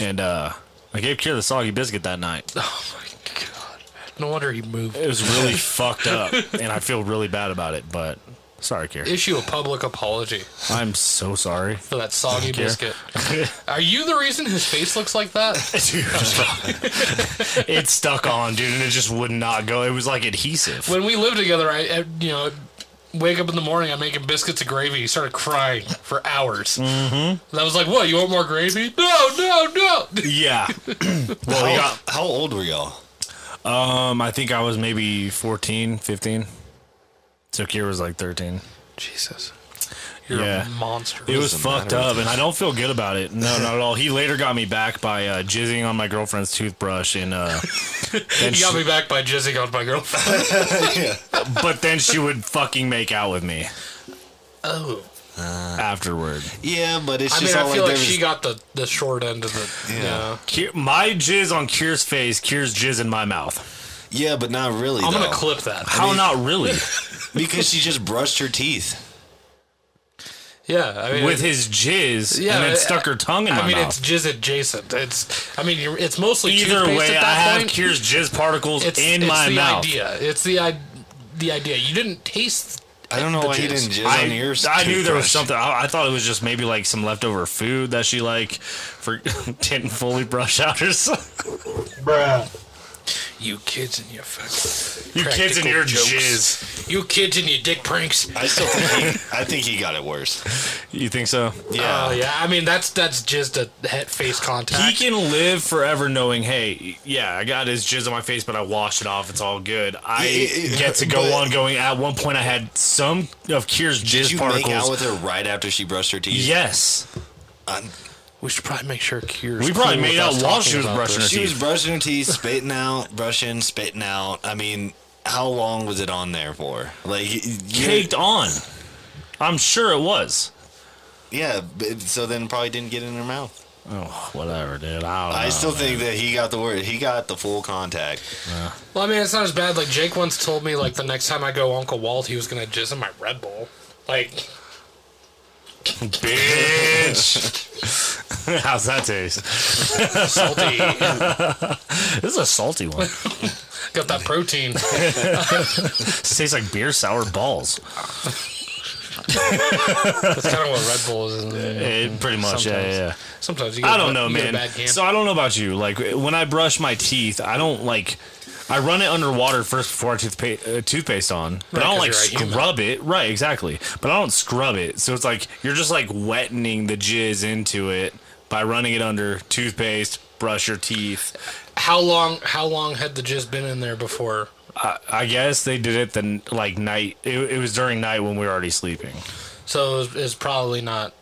E: and uh, I gave Kier the soggy biscuit that night.
D: Oh my god! No wonder he moved.
E: It was really fucked up, and I feel really bad about it. But sorry, Kier.
D: Issue a public apology.
E: I'm so sorry,
D: for that soggy
E: care.
D: biscuit. Are you the reason his face looks like that?
E: dude. it stuck on, dude, and it just would not go. It was like adhesive.
D: When we lived together, I, I you know, wake up in the morning, I'm making biscuits of gravy. He started crying for hours. Mm-hmm. And I was like, "What? You want more gravy? No, no, no!"
E: Yeah. well,
A: How,
E: yeah.
A: how old were y'all?
E: Um, I think I was maybe 14, 15. So Kier was like 13.
D: Jesus, you're
E: Yeah.
D: a monster.
E: It was
A: the
E: fucked
A: matter with
E: up, and I don't feel good about it. No, not at all. He later got me back by uh, jizzing on my girlfriend's toothbrush, and uh, then
D: He
E: she,
D: got me back by jizzing on my girlfriend.
E: but then she would fucking make out with me
D: Oh,
E: afterward.
A: Yeah, but it's
D: I mean,
A: just
D: I
A: all
D: feel
A: like
D: like
A: there was
D: she got the the short end of the.
A: Yeah.
D: Yeah.
E: Kier, my jizz on Kier's face, Kier's jizz in my mouth.
A: Yeah, but not really.
D: I'm gonna
A: though.
D: clip that.
E: How not really?
A: because she just brushed her teeth.
D: Yeah, I mean,
E: With his jizz,
D: Yeah,
E: and then
D: I-
E: stuck her tongue in my
D: I mean,
E: mouth.
D: it's jizz adjacent. It's, I mean, you're- it's mostly
E: Either
D: toothpaste
E: way,
D: at
E: I
D: that
E: have
D: point.
E: Kier's jizz particles
D: it's,
E: in
D: it's
E: my
D: the
E: mouth.
D: idea. It's the I- the idea. You didn't taste.
A: I don't know
D: The
A: why you
D: jizz.
A: didn't jizz
E: I,
A: on your.
E: I knew there was
A: toothbrush.
E: something. I, I thought it was just maybe like some leftover food that she like for didn't fully brush out or something.
D: You kids and your fucking.
E: You kids and
D: practical
E: your
D: jokes.
E: jizz.
D: You kids and your dick pranks.
A: I still think he, I think he got it worse.
E: You think so?
A: Yeah.
D: Oh yeah, I mean that's that's just a head face
E: He
D: contact.
E: can live forever knowing, hey, yeah, I got his jizz on my face, but I washed it off. It's all good. I
A: Yeah, yeah,
E: get to go
A: but-
E: on going. At one point, I had some of Kier's
A: Did
E: jizz
A: you
E: particles.
A: make out with her right after she brushed her teeth? Uh,
E: yes,
A: I'm-
D: we should probably make sure Kier's.
E: we probably
D: cool
E: made
D: with
E: out
D: us
E: while
D: talking
E: she was
D: about
E: brushing her
D: this.
A: she was
E: teeth.
A: brushing her teeth, spitting out, brushing, spitting out. I mean, how long was it on there for? Like, y- you-
E: Caked on. I'm sure it was.
A: yeah. but- So then probably didn't get in her mouth.
E: Oh, whatever, dude. I, don't
A: I
E: know,
A: still
E: man.
A: think that he got the word. He got the full contact.
D: Well, I mean it's not as bad. Like Jake once told me, like the next time I go Uncle Walt, he was gonna jizz in my Red Bull. Like
E: Bitch. How's that taste?
D: salty, got
E: This is a salty one.
D: that protein.
E: This tastes like beer sour balls.
D: That's kind of what Red Bull is. Isn't it?
E: It, pretty much, yeah,
D: Sometimes.
E: yeah, yeah.
D: Sometimes you. Get
E: I
D: a
E: don't
D: bu-
E: know,
D: you get a
E: man.
D: bad hand.
E: So I don't know about you. Like when I brush my teeth, I don't like. I run it underwater first before I toothpaste, uh, toothpaste on, but
D: Right,
E: I don't
D: 'cause
E: like
D: you're a human.
E: scrub it. Right, exactly. But I don't scrub it, so it's like you're just like wetting the jizz into it by running it under toothpaste. Brush your teeth.
D: How long? How long had the jizz been in there before?
E: I, I guess they did it the n- like night. It, it was during night when we were already sleeping.
D: So it's it's probably not.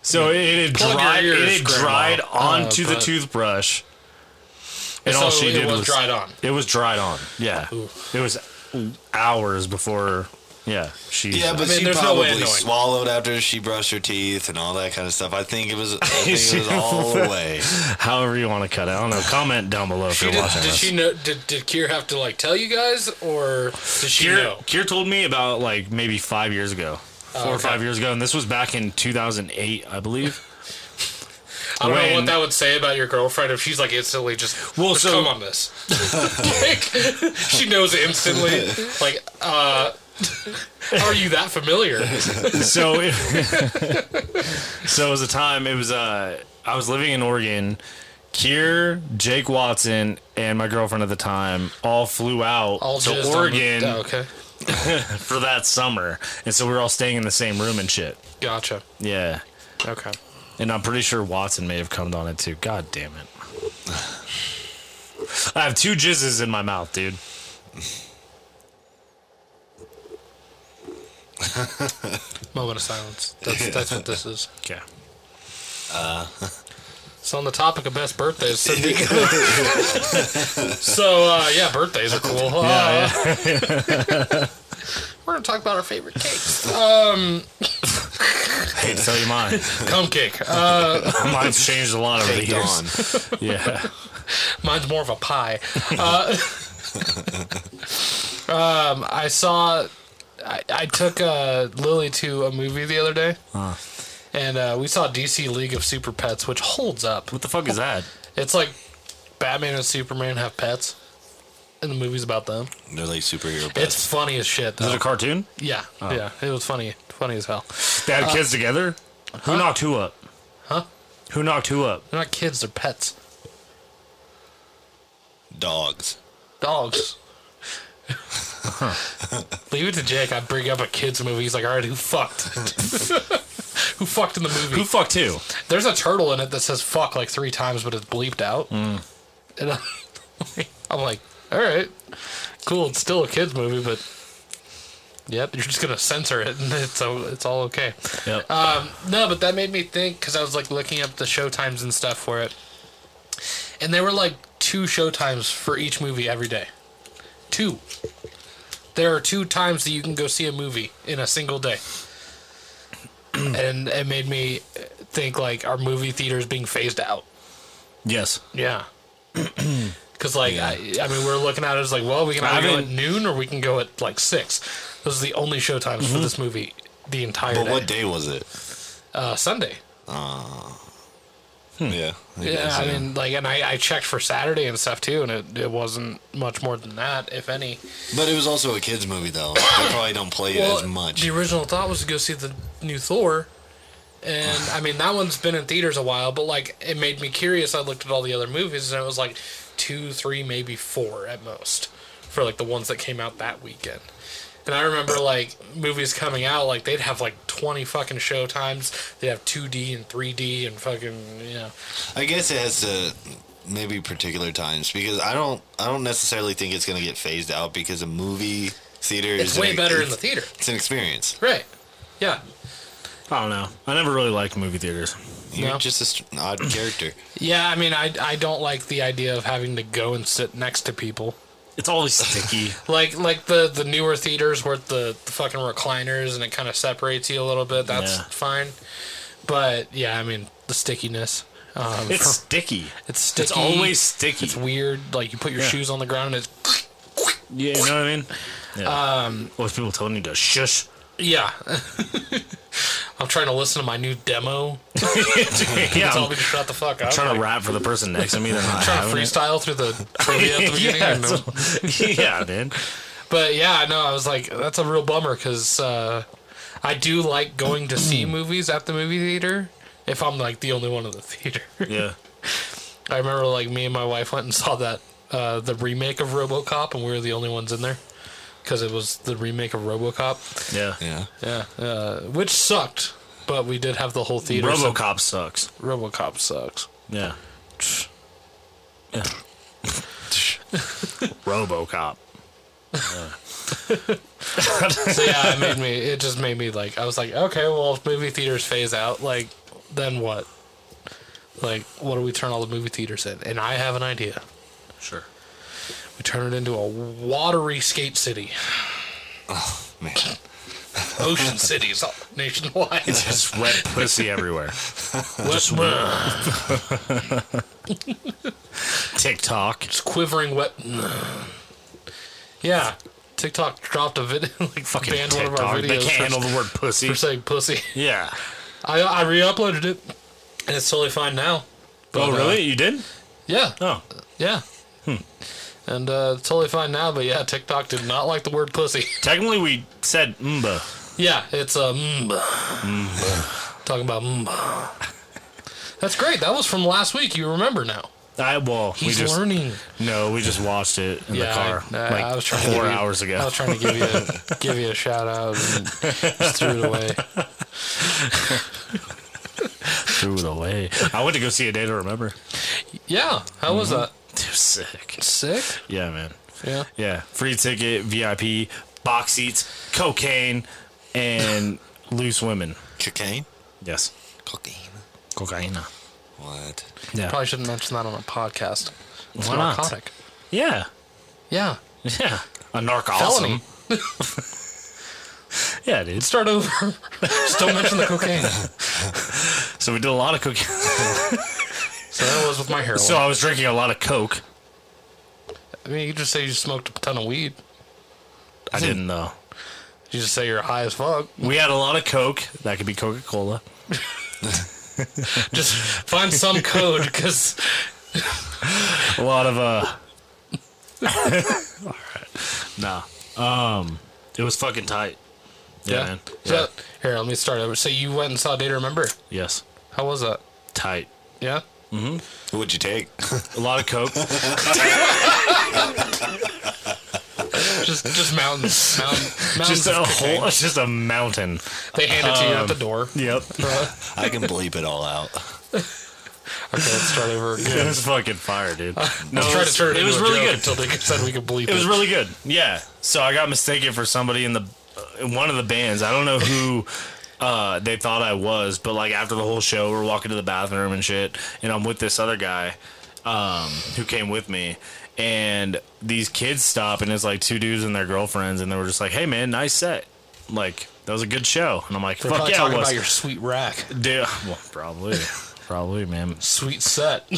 E: So it had
D: Plug your
E: dried.
D: ears,
E: It had
D: Grandma.
E: dried onto
D: Uh,
E: the
D: but-
E: toothbrush, and
D: so
E: all she
D: it
E: did
D: was
E: was,
D: dried on.
E: It was dried on. Yeah,
D: Ooh.
E: it was hours before. Yeah, she.
A: Yeah, but
D: I mean,
A: she
D: there's no way
A: probably
D: of knowing.
A: swallowed after she brushed her teeth and all that kind of stuff. I think it was, I think it was all the way.
E: however you want to cut it. I don't know. Comment down below if
D: She
E: you're
D: did,
E: watching
D: did
E: this.
D: she know? Did did Kier have to like tell you guys, or did she
E: Kier,
D: know? Oh,
E: Kier told me about like maybe five years ago, four or
D: okay.
E: five years ago, and this was back in 2008, I believe.
D: I don't know
E: when-
D: what that would say about your girlfriend if she's like instantly just
E: Well,
D: well,
E: so-
D: come on this. like, she knows instantly. Like, uh, how are you that familiar?
E: so it, so it was a time it was uh i was living in oregon kier jake watson and my girlfriend at the time all flew out
D: All jizzed on
E: to
D: the-
E: oregon
D: Oh, okay,
E: for that summer and so we were all staying in the same room and shit
D: gotcha.
E: yeah
D: Okay.
E: and i'm pretty sure watson may have come on it too god damn it i have two jizzes in my mouth dude
D: Moment of silence. That's that's what this is.
E: okay
D: So on the topic of best birthdays, Cindy. so uh, yeah, birthdays are cool. Uh, we're gonna talk about our favorite cakes.
E: hate to tell you mine
D: Cum cake. Uh,
E: mine's changed a lot over the
A: Hey,
E: years
A: Dawn.
E: yeah
D: mine's more of a pie. Uh, um, I saw. I, I took uh, Lily to a movie the other day, and uh, we saw DC League of Super Pets, which holds up.
E: what the fuck is that
D: It's like Batman and Superman have pets, and the movie's about them.
A: They're like superhero pets.
D: It's funny as shit.
E: is
D: Though.
E: it a Oh. cartoon
D: Yeah, yeah, it was funny, funny as hell.
E: They had kids together? Who knocked who up?
D: Huh?
E: Who knocked who up?
D: They're not kids; they're pets,
A: Dogs.
D: dogs. Leave it to Jake. I bring up a kids movie. He's like, "All right, who fucked? who fucked in the movie?
E: Who fucked who?
D: There's a turtle in it that says fuck like three times, but it's bleeped out. And I'm, I'm like, all right, cool. It's still a kids movie, but yep, you're just gonna censor it, and it's all, it's all okay.
E: Yep.
D: Um, no, but that made me think because I was like looking up the show times and stuff for it, and there were like two show times for each movie every day. Two. There are two times that you can go see a movie in a single day, and it made me think like are movie theaters being phased out?
E: yes.
D: Yeah. Because like I, I mean, we're looking at it as like, well, we can either go at
E: haven't-
D: noon or we can go at like six. Those are the only show times for this movie the entire
A: Mm-hmm. But
D: day.
A: what day was it?
D: Uh, Sunday.
A: Yeah. I
D: Hmm. Yeah,
A: guess,
D: I mean, like, and I, I checked for Saturday and stuff too, and it, it wasn't much more than that, if any.
A: But it was also a kids movie though. they probably don't play it as much.
D: The original thought was to go see the new Thor, and I mean that one's been in theaters a while, but like it made me curious. I looked at all the other movies, and it was like two, three, maybe four at most for like the ones that came out that weekend. And I remember like movies coming out, like they'd have like twenty fucking show times. They'd have two D and three D and fucking you know.
A: I guess it has to maybe particular times because I don't I don't necessarily think it's gonna get phased out because a movie theater
D: It's
A: is
D: way
A: an-
D: better in
A: it's-
D: the theater,
A: It's an experience.
D: right? Yeah,
E: I don't know. I never really liked movie theaters.
A: You're
D: No.
A: just a str- an odd character.
D: yeah. I mean, I I don't like the idea of having to go and sit next to people.
E: It's always sticky.
D: like like the the newer theaters where the, the fucking recliners and it kind of separates you a little bit that's
E: Yeah.
D: fine but yeah i mean the stickiness um,
E: it's sticky.
D: it's sticky
E: It's always sticky.
D: it's weird like you put your
E: Yeah.
D: shoes on the ground and it's
E: yeah, you know what I mean? Yeah. Um, Always people telling you to shush.
D: yeah i'm trying to listen to my new demo
E: yeah,
D: tell
E: I'm
D: me to shut the fuck up
E: trying to
D: like,
E: rap for the person next to me. They're not
D: trying to
E: having it.
D: freestyle through the trivia at the beginning I
E: yeah,
D: know.
E: so- yeah, man.
D: But yeah, no, I was like, that's a real bummer because uh, I do like going to see movies at the movie theater if I'm like the only one in the theater.
E: Yeah.
D: I remember like me and my wife went and saw that uh, the remake of RoboCop, and we were the only ones in there because it was the remake of RoboCop.
E: Yeah.
A: Yeah.
D: Yeah, uh, which sucked, but we did have the whole theater. so-
E: RoboCop sucks.
D: RoboCop sucks.
E: Yeah. yeah. RoboCop.
D: So yeah, it made me. It just made me like I was like, okay, well, if movie theaters phase out, like then what? Like, what do we turn all the movie theaters in? And I have an idea.
E: Sure.
D: We turn it into a watery skate city.
A: Man.
D: Ocean cities all- nationwide.
E: Just wet pussy everywhere.
D: Wet- brr.
E: TikTok.
D: It's quivering wet. Yeah. TikTok dropped a video, like
E: Fucking
D: banned
E: TikTok.
D: one of our videos
E: they can't
D: for,
E: handle the word pussy.
D: for saying pussy.
E: Yeah.
D: I, I re-uploaded it, and it's totally fine now.
E: Oh,
D: But, uh,
E: really? You did?
D: yeah,
E: Oh.
D: yeah.
E: Hmm.
D: And uh, it's totally fine now, but yeah, TikTok did not like the word pussy.
E: Technically, we said "Mm, mba.
D: yeah, it's a mm,
E: Mm-hmm.
D: talking about mm. That's great. That was from last week. You remember now.
E: I well,
D: He's
E: we just
D: learning.
E: no, we just watched it in the car
D: I, I-
E: like
D: I was trying to
E: four
D: give you-
E: hours ago.
D: I was trying to give you a, give you a shout out and just threw it away.
E: Threw it away. I went to go see a day to remember.
D: Yeah, how was that?
E: Too sick.
D: Sick.
E: Yeah, man.
D: Yeah.
E: Yeah, free ticket, VIP, box seats, cocaine, and loose women.
A: Cocaine?
E: Yes,
A: Cocaine.
E: cocaine.
A: What?
E: Yeah.
D: Probably shouldn't mention that on a podcast. It's
E: Why
D: a
E: not?
D: narcotic.
E: Yeah.
D: Yeah.
E: Yeah. A narc
D: Felony.
E: awesome. Yeah, dude.
D: Start over. Just don't mention the cocaine.
E: So we did a lot of cocaine.
D: So that was with my heroin.
E: so I was drinking a lot of coke.
D: I mean, you just say you smoked a ton of weed.
E: I didn't though.
D: You just say you're high as fuck.
E: We had a lot of coke. That could be Coca Cola.
D: Just find some code because
E: A lot of uh. All right. Nah. Um. It was fucking tight. Yeah.
D: yeah.
E: man.
D: So, Here, let me start over. So you went and saw Data Remember.
E: Yes.
D: How was that?
E: Tight.
D: Yeah.
A: What'd you take?
E: A lot of coke.
D: Just just mountains. Mountain, mountains.
E: just a
D: of cocaine.
E: whole. Just a mountain.
D: They hand it to you at
E: Um,
D: the door.
E: Yep.
A: I can bleep it all out.
D: Okay, let's start over again.
E: It was fucking fire, dude. No,
D: Let's try to turn it,
E: was
D: into a
E: really
D: joke
E: good.
D: until they said we could bleep it.
E: It was really good. Yeah. So I got mistaken for somebody in the uh, one of the bands. I don't know who uh, they thought I was, but like after the whole show, we're walking to the bathroom and shit, and I'm with this other guy um, who came with me. And these kids stop, and it's like two dudes and their girlfriends, and they were just like, "Hey, man, nice set. Like that was a good show." And I'm like,
D: They're
E: "Fuck
D: probably
E: yeah, it
D: talking
E: was."
D: about your sweet rack,
E: Dude, well, probably, probably, man.
D: sweet set.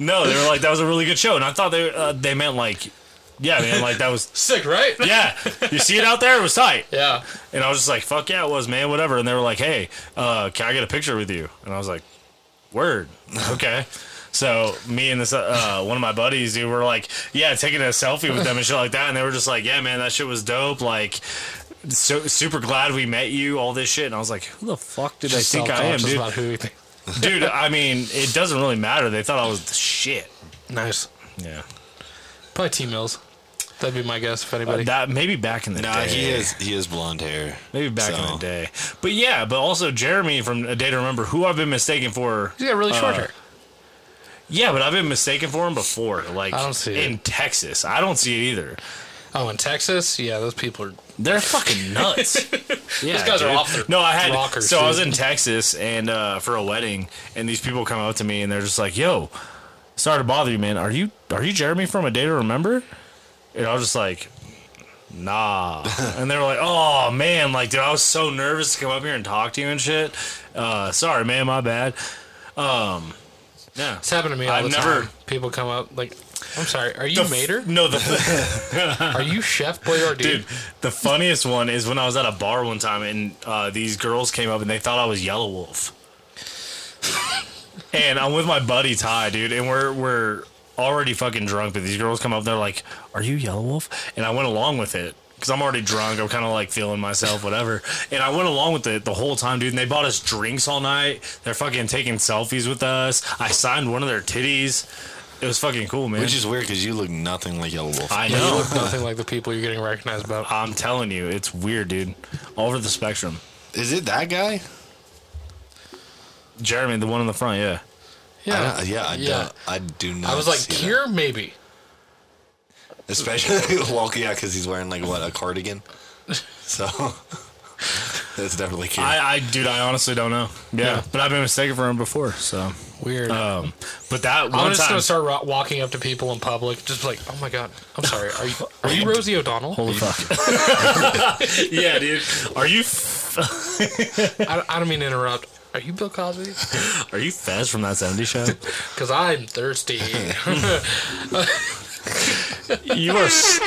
E: No, they were like, "That was a really good show," and I thought they uh, they meant like, "Yeah, man, like that was."
D: Sick, right?
E: Yeah, you see it out there. It was tight.
D: Yeah.
E: And I was just like, fuck yeah, it was, man, whatever. And they were like, hey, uh, can I get a picture with you? And I was like, word. Okay. So me and this uh, one of my buddies, dude, were like, yeah, taking a selfie with them and shit like that. And they were just like, yeah, man, that shit was dope. Like, so super glad we met you. All this shit, and I was like, "Who the fuck did I think I am,
D: Self-conscious
E: dude?"
D: about who we think.
E: dude, I mean, it doesn't really matter. They thought I was the shit.
D: Nice.
E: Yeah,
D: Probably T Mills. That'd be my guess if anybody.
E: Uh, that maybe back in the
A: Nah,
E: day.
A: he is he is blonde hair.
E: Maybe back in
A: So-
E: the day. But yeah, but also Jeremy from A Day to Remember, who I've been mistaken for.
D: He's got really short
E: uh,
D: hair.
E: Yeah, but I've been mistaken for him before. Like
D: I don't see
E: in Texas. I don't see it either.
D: Oh, in Texas, yeah, those people are.
E: They're fucking nuts. yeah,
D: Those guys are off their
E: No, I had
D: rockers,
E: so I was
D: dude.
E: in Texas and uh, for a wedding, and these people come up to me and they're just like, "Yo, sorry to bother you, man. Are you are you Jeremy from A Day to Remember?" And I was just like, "Nah." and they were like, "Oh man, like dude, I was so nervous to come up here and talk to you and shit. Uh, sorry, man, my bad." Um, yeah.
D: It's happened to me all
E: I've
D: the
E: never-
D: time. People come up like, "I'm sorry, are
E: The
D: you
E: f-
D: Mater?
E: No, the
D: Are you Chef Boyardee?"
E: Dude, the funniest one is when I was at a bar one time and uh, these girls came up and they thought I was Yellow Wolf. and I'm with my buddy Ty, dude, and we're we're already fucking drunk, but these girls come up, they're like, "Are you Yellow Wolf?" And I went along with it because I'm already drunk. I'm kind of like feeling myself, whatever. And I went along with it the whole time, dude. And they bought us drinks all night. They're fucking taking selfies with us. I signed one of their titties. It was fucking cool, man.
A: Which is weird because you look nothing like Yellow Wolf.
E: I
D: You
E: know.
D: look nothing like the people you're getting recognized about.
E: I'm telling you, it's weird, dude. All over the spectrum.
A: Is it that guy?
E: Jeremy, the one in the front, yeah.
A: I don't- yeah, I,
D: Yeah.
A: Don't, I do not.
D: I was like,
A: see that.
D: here maybe.
A: especially well, yeah, because he's wearing like what a cardigan. So that's definitely cute.
E: I, I, dude, I honestly don't know. Yeah,
D: Yeah.
E: but I've been mistaken for him before. So,
D: Weird.
E: um, but that
D: I'm
E: one
D: just
E: time,
D: gonna start ro- walking up to people in public, just like, "Oh my god, I'm sorry. Are you are you Rosie O'Donnell?
E: holy fuck. yeah, dude. Are you f-
D: I, I don't mean to interrupt. Are you Bill Cosby?
E: are you Fez from that '70s show?
D: Because I'm thirsty.
E: you are. s-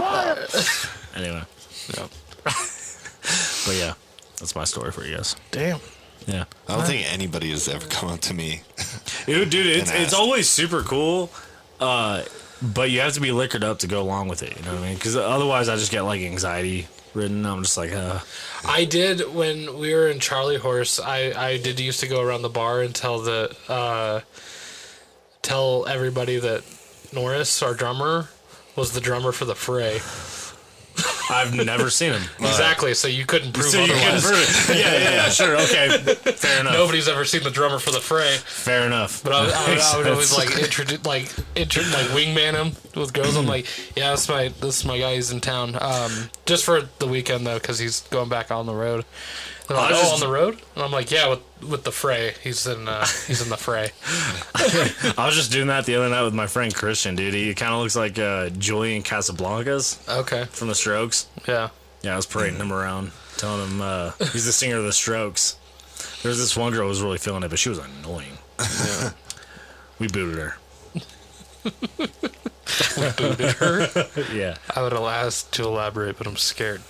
E: anyway,
D: No.
E: but yeah, that's my story for you guys.
D: Damn.
E: Yeah.
A: I don't think anybody has ever come up to me.
E: Dude, dude, it's,
A: And
E: it's
A: asked.
E: always super cool, uh, but you have to be liquored up to go along with it. You know what I mean? Because otherwise, I just get like anxiety ridden. I'm just like, uh,
D: I did when we were in Charlie Horse. I I did used to go around the bar and tell the uh, tell everybody that Norris, our drummer, was the drummer for the Fray.
E: I've never seen him.
D: Exactly. So you couldn't prove
E: So you
D: otherwise.
E: can prove it. Yeah, yeah, yeah, sure, okay, fair enough.
D: Nobody's ever seen the drummer for the Fray.
E: Fair enough.
D: But I, would- I, would- I would always
E: Makes
D: like introduce, like, intro, like wingman him with girls. I'm like, yeah, that's my this is my guy. He's in town, um, just for the weekend though, because he's going back on the road. And I'm
E: I
D: like,
E: just-
D: oh, on the road? And I'm like, yeah, with with the fray. He's in uh, he's in the fray.
E: sense. I was just doing that the other night with my friend Christian, dude. He kind of looks like uh, Julian Casablancas
D: Okay,
E: from The Strokes.
D: yeah.
E: Yeah, I was parading him around, telling him uh, he's the singer of The Strokes. There was this one girl who was really feeling it, but she was annoying. we booted her.
D: Booted her.
E: Yeah.
D: I would allow us to elaborate, but I'm scared.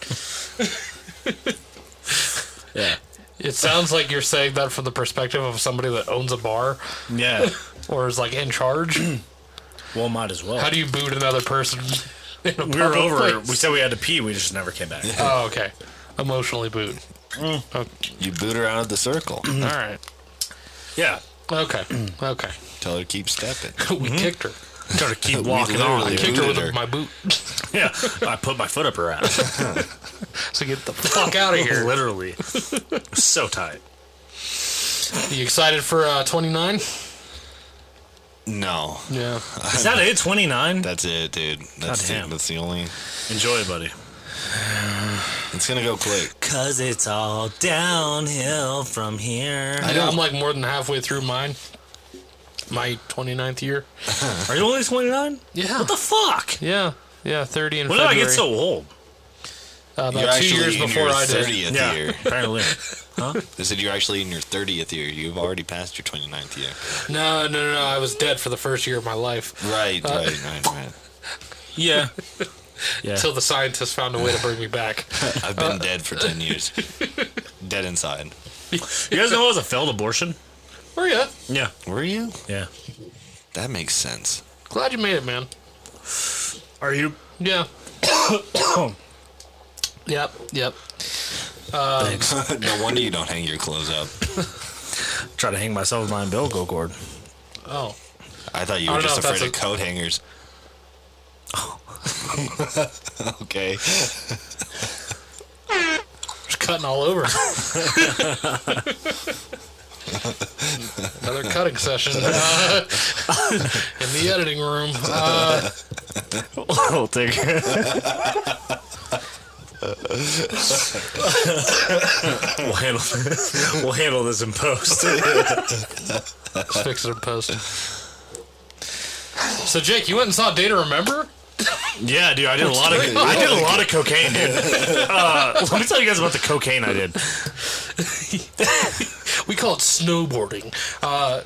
E: Yeah.
D: It sounds like you're saying that from the perspective of somebody that owns a bar
E: Yeah.
D: or is like in charge.
E: Well, might as well.
D: How do you boot another person? in a
E: we were
D: public
E: over.
D: place?
E: We said we had to pee. We just never came back.
D: Oh, okay. Emotionally booed.
E: Mm.
A: You boot her out of the circle.
D: All right.
E: Yeah.
D: Okay. Okay.
A: Tell her to keep stepping.
D: we kicked her.
E: Gotta keep
A: We
E: walking on.
A: literally-
D: Kicked her with
A: Booted her.
D: my boot.
E: Yeah. I put my foot up her ass.
D: So get the fuck out of here.
E: Literally. so tight.
D: You excited for uh, 29?
A: No,
D: Yeah.
E: Is that it? 29?
A: that's it, dude. That's
E: Goddamn.
A: the, that's the only.
E: Enjoy, buddy.
A: It's gonna go quick.
E: Cause it's all downhill from here.
D: I know. I'm like more than halfway through mine. My 29th year.
E: Are you only 29?
D: Yeah.
E: What the fuck?
D: Yeah. Yeah. 30 in
E: When did I
D: February.
E: get so old?
D: Uh,
A: you're
D: about two
A: actually
D: years
A: in
D: before
A: your
D: I did.
A: 30th year.
E: apparently.
A: They said you're actually in your 30th year. You've already passed your 29th year.
D: No, no, no, no. I was dead for the first year of my life
A: Right, right, right, right.
E: Yeah. Yeah.
D: until the scientists found a way to bring me back.
A: I've been dead for 10 years. dead inside.
E: you guys know it was a failed abortion?
D: Where ya?
E: Yeah.
A: Were you?
E: Yeah.
A: That makes sense.
D: Glad you made it, man.
E: Are you?
D: Yeah. yep. Yep.
A: no wonder you don't hang your clothes up.
E: Try to hang myself with my umbilical cord.
D: Oh.
A: I thought you
D: I
A: were
D: don't know
A: just
D: if that's
A: afraid of
D: a-
A: coat hangers. okay.
D: Just cutting all over. Another cutting session uh, in the editing room. Uh,
E: I'll take we'll handle this. We'll handle this in post.
D: let's fix it in post. So, Jake, you went and saw Data Remember?
E: Yeah, dude, I did a lot of I did a lot of cocaine, dude. Uh, let me tell you guys about the cocaine I did.
D: We call it snowboarding. Uh,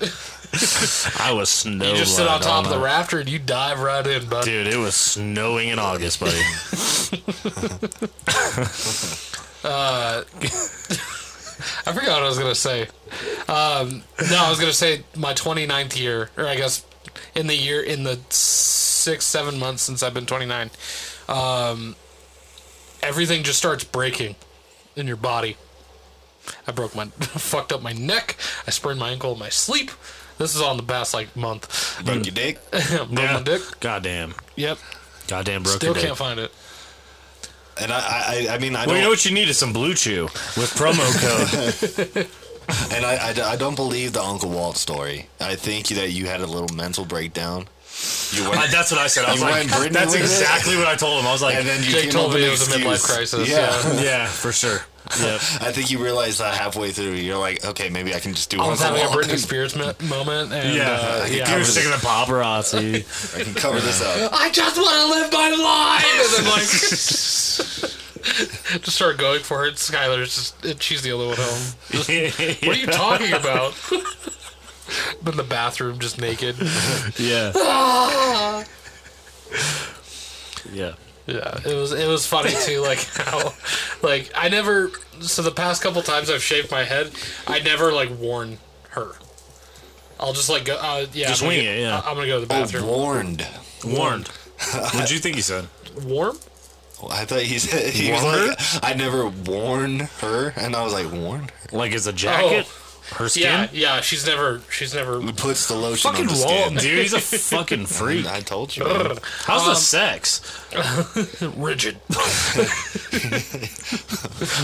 E: I was snowed.
D: you just sit on top of the rafter and you dive right in, bud.
E: Dude, it was snowing in August, buddy.
D: I forgot what I was gonna say. Um, no, I was gonna say my 29th year, or I guess in the year in the six seven months since I've been um, 29, um, everything just starts breaking in your body. I broke my fucked up my neck. I sprained my ankle in my sleep. This is all in the past like month.
A: Broke your dick.
D: broke my dick.
E: Goddamn.
D: Yep.
E: Goddamn broken
D: Still
E: dick.
D: can't find it.
A: And I, I, I mean, I
E: well,
A: don't.
E: you know what you need is some Blue Chew with promo code.
A: and I, I, I don't believe the Uncle Walt story. I think that you had a little mental breakdown. You went,
E: I- that's what I said. I was
A: You went
E: like,
A: Britney
E: that's
A: with it?
E: exactly what I told him. I was like,
A: and then you
D: Jake
A: came
D: told
A: up
D: me
A: with
D: it
A: an
D: was a midlife
A: excuse.
D: crisis,
A: Yeah.
E: yeah, for sure. Yep.
A: I think you realized that halfway through. You're like, okay, maybe I can just do.
D: I was
A: Uncle
D: having a
A: Walt.
D: Britney Spears mo- moment, and
E: Yeah,
D: uh,
E: he
D: yeah, I
E: was
D: was-
E: singing the paparazzi.
A: I can cover this up.
D: I just want to live my life. And then like, just start going for it. Skylar's just it- she's the only one home. Just, what are you talking about? I'm in the bathroom, just naked.
E: yeah. yeah.
D: Yeah, it was it was funny too. Like how, like I never. So the past couple times I've shaved my head, I never like warn her. I'll just like go. Uh, yeah,
E: Just
D: I'm gonna
E: wing
D: go-
E: it, yeah.
D: I'm gonna go to the
A: Oh,
D: bathroom.
A: warned.
E: Warned. What'd you think he said?
D: Warm?
A: I thought he said he was
E: Warned
A: like, I never warn her, and I was like, warn her.
E: Like, is a jacket? Her skin?
D: Oh. Yeah, yeah. She's never. She's never.
A: He puts the lotion
E: Fucking
A: on the
E: Walt,
A: skin.
E: dude. He's a fucking freak.
A: I told you. man.
E: How's the sex?
D: rigid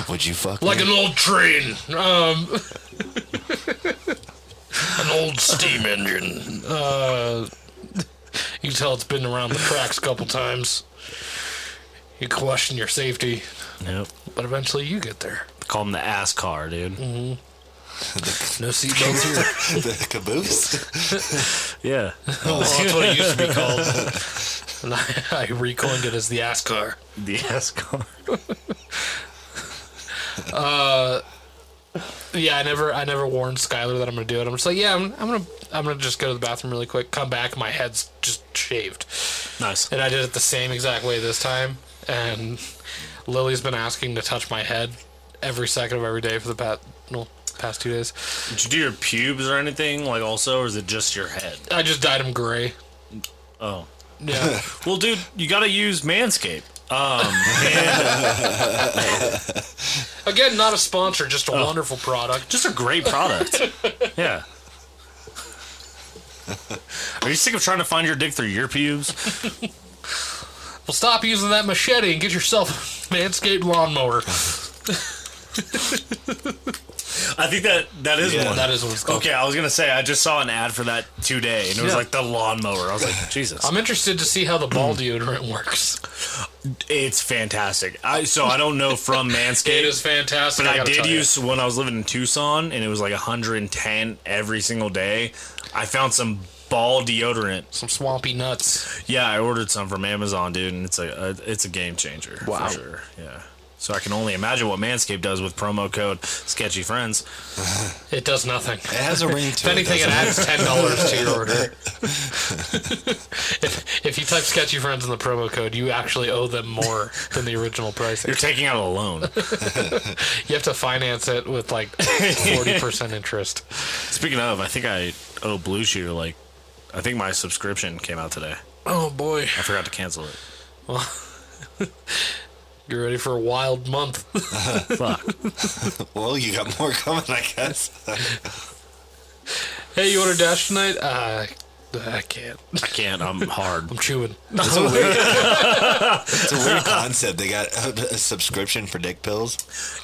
A: Would you fuck
D: like
A: me?
D: an old train um an old steam engine uh you can tell it's been around the tracks a couple times you question your safety
E: Nope.
D: but eventually you get there
E: Call him the ass car, dude.
D: no seatbelts here
A: the caboose?
E: Yeah.
D: oh, that's what it used to be called and I, I recoined it as the ass car
E: The ass car.
D: yeah, I never, I never warned Skylar that I'm gonna do it. I'm just like, yeah, I'm, I'm gonna, I'm gonna just go to the bathroom really quick, come back, my head's just shaved,
E: Nice.
D: and I did it the same exact way this time. And Lily's been asking to touch my head every second of every day for the past, well, past two days.
E: Did you do your pubes or anything? Like, also, or is it just your head?
D: I just dyed him gray.
E: Oh.
D: Yeah,
E: Well, dude, you gotta use Manscaped. Um,
D: again, not a sponsor, just a
E: Oh.
D: wonderful product.
E: just a great product. yeah. Are you sick of trying to find your dick through your pubes?
D: Well, stop using that machete and get yourself a manscaped lawnmower.
E: I think that that is
A: Yeah.
E: one.
D: That is what it's called.
E: Okay, I was gonna say I just saw an ad for that today, and it was
D: Yeah.
E: like the lawnmower. I was like, Jesus,
D: I'm interested to see how the ball
E: Mm.
D: deodorant works.
E: it's fantastic. I so I don't know from Manscaped.
D: It is fantastic.
E: But I,
D: gotta
E: did
D: tell ya.
E: use when I was living in Tucson, and it was like 110 every single day. I found some ball deodorant.
D: some swampy nuts.
E: Yeah, I ordered some from Amazon, dude, and it's a, a it's a game changer.
D: Wow.
E: For sure. Yeah. So I can only imagine what Manscaped does with promo code Sketchy Friends.
D: It does nothing.
A: It has a ring
D: If
A: to
D: anything,
A: it.
D: it
A: doesn't
D: adds ten dollars to your order. if, if you type "sketchy friends" in the promo code, you actually owe them more than the original pricing.
E: You're taking out a loan.
D: You have to finance it with like forty percent interest.
E: Speaking of, I think I owe Blue Chew like I think my subscription came out today.
D: Oh boy,
E: I forgot to cancel it.
D: you're ready for a wild month.
E: Fuck.
A: Well, you got more coming, I guess.
D: hey, you order dash tonight? Uh, I can't.
E: I can't. I'm hard.
D: I'm chewing.
A: It's a weird, it's a weird concept. They got uh, a subscription for dick pills.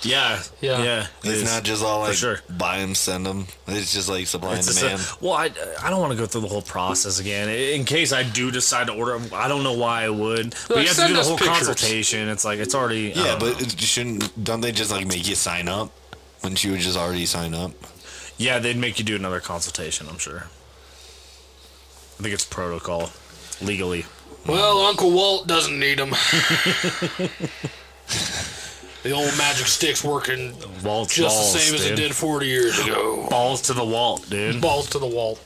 E: Yeah.
D: Yeah.
E: Yeah. it
A: It's
E: is.
A: not just all like
E: sure.
A: buy them, send them. It's just like supply and
E: It's just
A: demand.
E: a- well, I, I don't want to go through the whole process again. In case I do decide to order, I don't know why I would. But you have to
D: send
E: do the
D: us
E: whole
D: pictures.
E: consultation. It's like it's already. I
A: yeah,
E: don't know.
A: but it shouldn't don't they just like make you sign up? Wouldn't you just already sign up?
E: Yeah, they'd make you do another consultation, I'm sure. I think it's protocol legally.
D: Well, Uncle Walt doesn't need them. the old magic stick's working
E: Walt's
D: just
E: balls,
D: the same as it
E: dude.
D: did forty years ago.
E: Balls to the Walt, dude.
D: balls to the wall.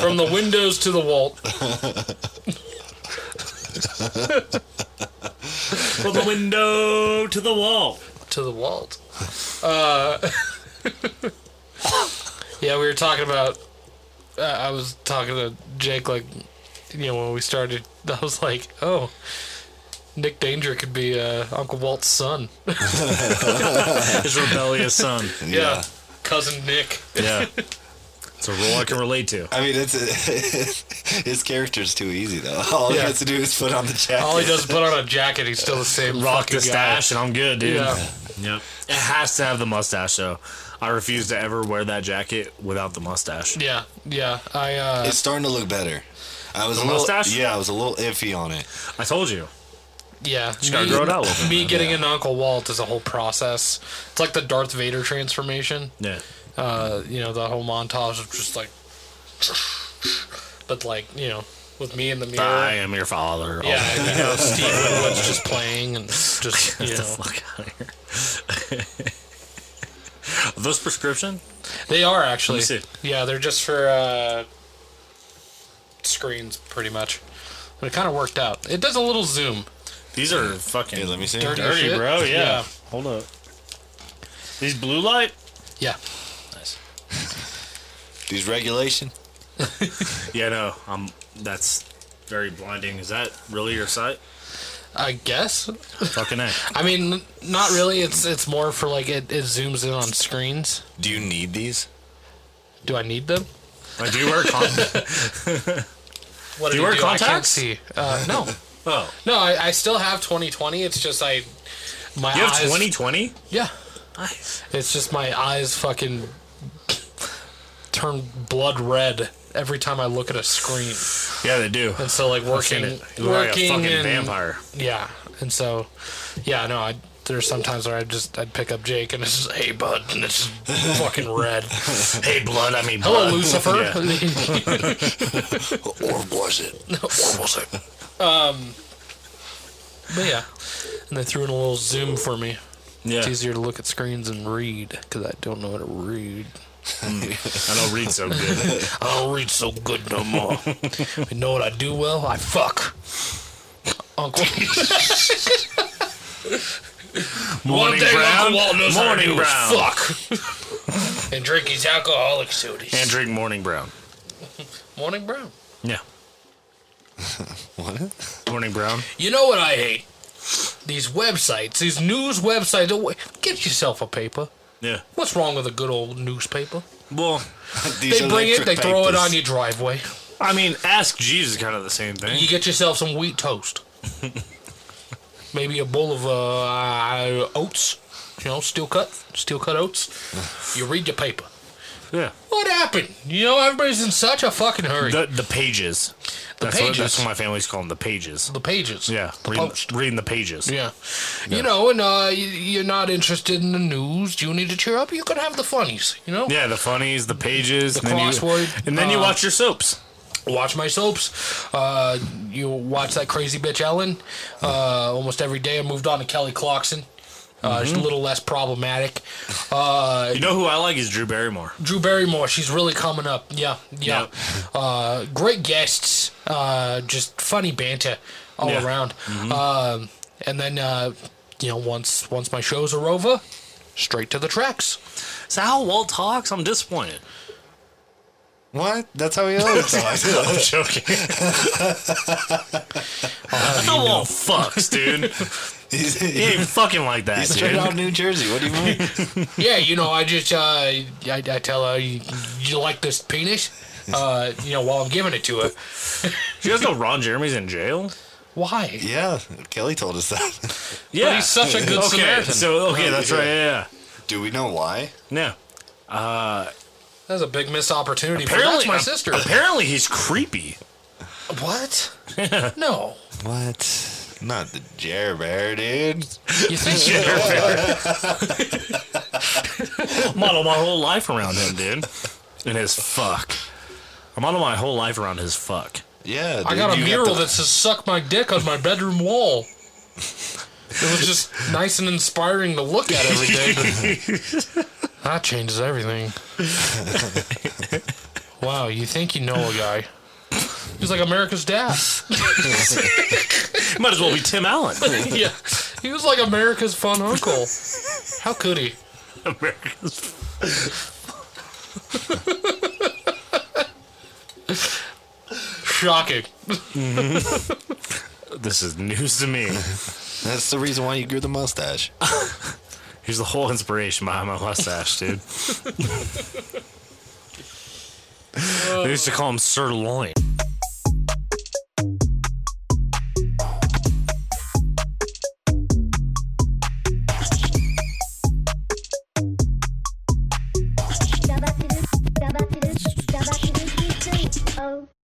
D: From the windows to the wall.
E: From the window to the wall.
D: To the wall. Uh, yeah, we were talking about. Uh, I was talking to Jake, like, you know, when we started, I was like, oh, Nick Danger could be uh, Uncle Walt's son.
E: His rebellious son.
A: Yeah.
D: Cousin Nick.
E: Yeah. It's a role I can relate to.
A: I mean, it's his character's too easy though. All he
D: Yeah.
A: has to do is put on the jacket.
D: All he does is put on a jacket. He's still the same
E: Rock
D: fucking
E: the stash, and I'm good, dude.
D: Yeah.
E: Yep. It has to have the mustache, though. I refuse to ever wear that jacket without the mustache.
D: guy. Yeah, yeah. I uh,
A: It's starting to look better. I was a little,
E: mustache?
A: yeah, I was a little iffy on it.
E: I told you.
D: yeah.
E: gotta
D: me-
E: grow it out a little bit.
D: Me getting into Uncle Walt is a whole process. It's like the Darth Vader transformation.
E: Yeah.
D: Uh, you know, the whole montage of just like, but like you know, with me in the mirror.
E: I am your father.
D: Yeah, you know, Steve Winwood's just playing and just
E: Oh, Get
D: you
E: the
D: know.
E: fuck out of here. Are those prescription?
D: They are actually.
E: Let me see.
D: Yeah, they're just for uh, screens, pretty much. But it kind of worked out. It does a little zoom.
E: These are fucking
A: Here, let me see.
D: Dirty.
E: dirty,
D: Shit.
E: bro. Yeah.
D: Yeah.
E: Hold up. These blue light?
D: Yeah.
E: Nice.
A: These regulation.
E: Yeah, no. Um, that's very blinding. Is that really your sight?
D: I guess.
E: Fucking A.
D: I mean, n- not really. It's it's more for like it, it zooms in on screens.
A: Do you need these?
D: Do I need them?
E: I do wear contacts.
D: What
E: Do you wear
D: I can't
E: contacts?
D: see. Uh, no,
E: Oh.
D: no. I, I still have 2020. It's just I my
E: You have
D: eyes.
E: 2020?
D: Yeah.
E: Nice.
D: It's just my eyes fucking turn blood red every time I look at a screen.
E: Yeah, they do.
D: And so like
E: I've seen
D: working,
E: it. You look like a
D: working
E: fucking
D: and-
E: vampire.
D: Yeah, and so, yeah, no, I there's sometimes where I just I'd pick up Jake and it's just hey bud and it's just fucking red.
E: Hey, blood, I mean
D: Hello
E: blood.
D: Lucifer.
E: Yeah.
A: Or was it?
D: Um, but yeah, and they threw in a little zoom for me.
E: Yeah.
D: It's easier to look at screens and read because I don't know how to read.
E: I don't read so good.
D: I don't read so good no more. you know what I do well? I fuck. Uncle. One
E: Morning
D: day
E: brown.
D: Uncle Walt knows how to
E: Morning
D: do is
E: brown.
D: Fuck. and drink his alcoholic sodas.
E: and drink morning brown.
D: Morning brown.
E: Yeah.
A: What?
E: Morning brown.
D: You know what I hate? These websites, these news websites. Oh, wait, Get yourself a paper.
E: Yeah.
D: What's wrong with a good old newspaper?
E: Well,
A: These
D: They bring it,
A: electric
D: they throw it
A: papers.
D: on your driveway.
E: I mean, ask Jesus kind of the same thing.
D: You get yourself some wheat toast. Maybe a bowl of uh, oats. You know, steel cut, steel cut oats. You read your paper.
E: Yeah.
D: What happened? You know, everybody's in such a fucking hurry.
E: The, the pages.
D: The
E: that's What, that's
D: pages.
E: what my family's calling the pages.
D: the pages.
E: Yeah.
D: The
E: reading,
D: post.
E: reading the pages.
D: Yeah. You know, and uh, y- you're not interested in the news. You need to cheer up. You can have the funnies, you know?
E: Yeah, the funnies, the pages,
D: The
E: and then
D: crossword,
E: You, and then you
D: uh,
E: watch your soaps.
D: Watch my soaps. Uh, you watch that crazy bitch Ellen. Uh, almost every day I moved on to Kelly Clarkson. Uh, She's a
E: Mm-hmm.
D: little less problematic. Uh,
E: You know who I like is Drew Barrymore.
D: Drew Barrymore, she's really coming up. Yeah, yeah.
E: Yep.
D: Uh, great guests. Uh, just funny banter all
E: Yeah.
D: around. Um, and then, uh, you know, once once my shows are over, straight to the tracks.
E: Is that how Walt talks? I'm disappointed.
A: What? That's how he always talks.
E: I'm joking. That's how Walt fucks, dude.
A: He's,
E: He ain't fucking like that,
A: he's straight
E: dude.
A: out of New Jersey. What do you mean?
D: Yeah, you know, I just uh, I, I tell her, you, you like this penis? Uh, you know, while I'm giving it to her.
E: You guys know Ron Jeremy's in jail?
D: Why?
A: yeah, Kelly told us that.
E: Yeah.
D: he's such a good
E: okay,
D: Samaritan.
E: So okay, that's right. Yeah.
A: Do we know why?
E: yeah.
D: That was a big missed opportunity.
E: No. Apparently,
D: Apparently, my sister.
E: Apparently, he's creepy.
D: what? no.
A: What? Not the Jer Bear, dude.
D: You think she
E: model my whole life around him, dude. And his fuck. I model my whole life around his fuck.
A: Yeah, dude,
D: I got a
A: you
D: mural
A: the-
D: that says "suck my dick" on my bedroom wall. It was just nice and inspiring to look at every day. that changes everything. wow, you think you know a guy? He's like America's dad.
E: Might as well be Tim Allen.
D: yeah, he was like America's fun uncle. How could he?
E: America's
D: Shocking.
E: This is news to me.
A: That's the reason why you grew the mustache.
E: Here's the whole inspiration behind my mustache, dude. they used to call him Sirloin.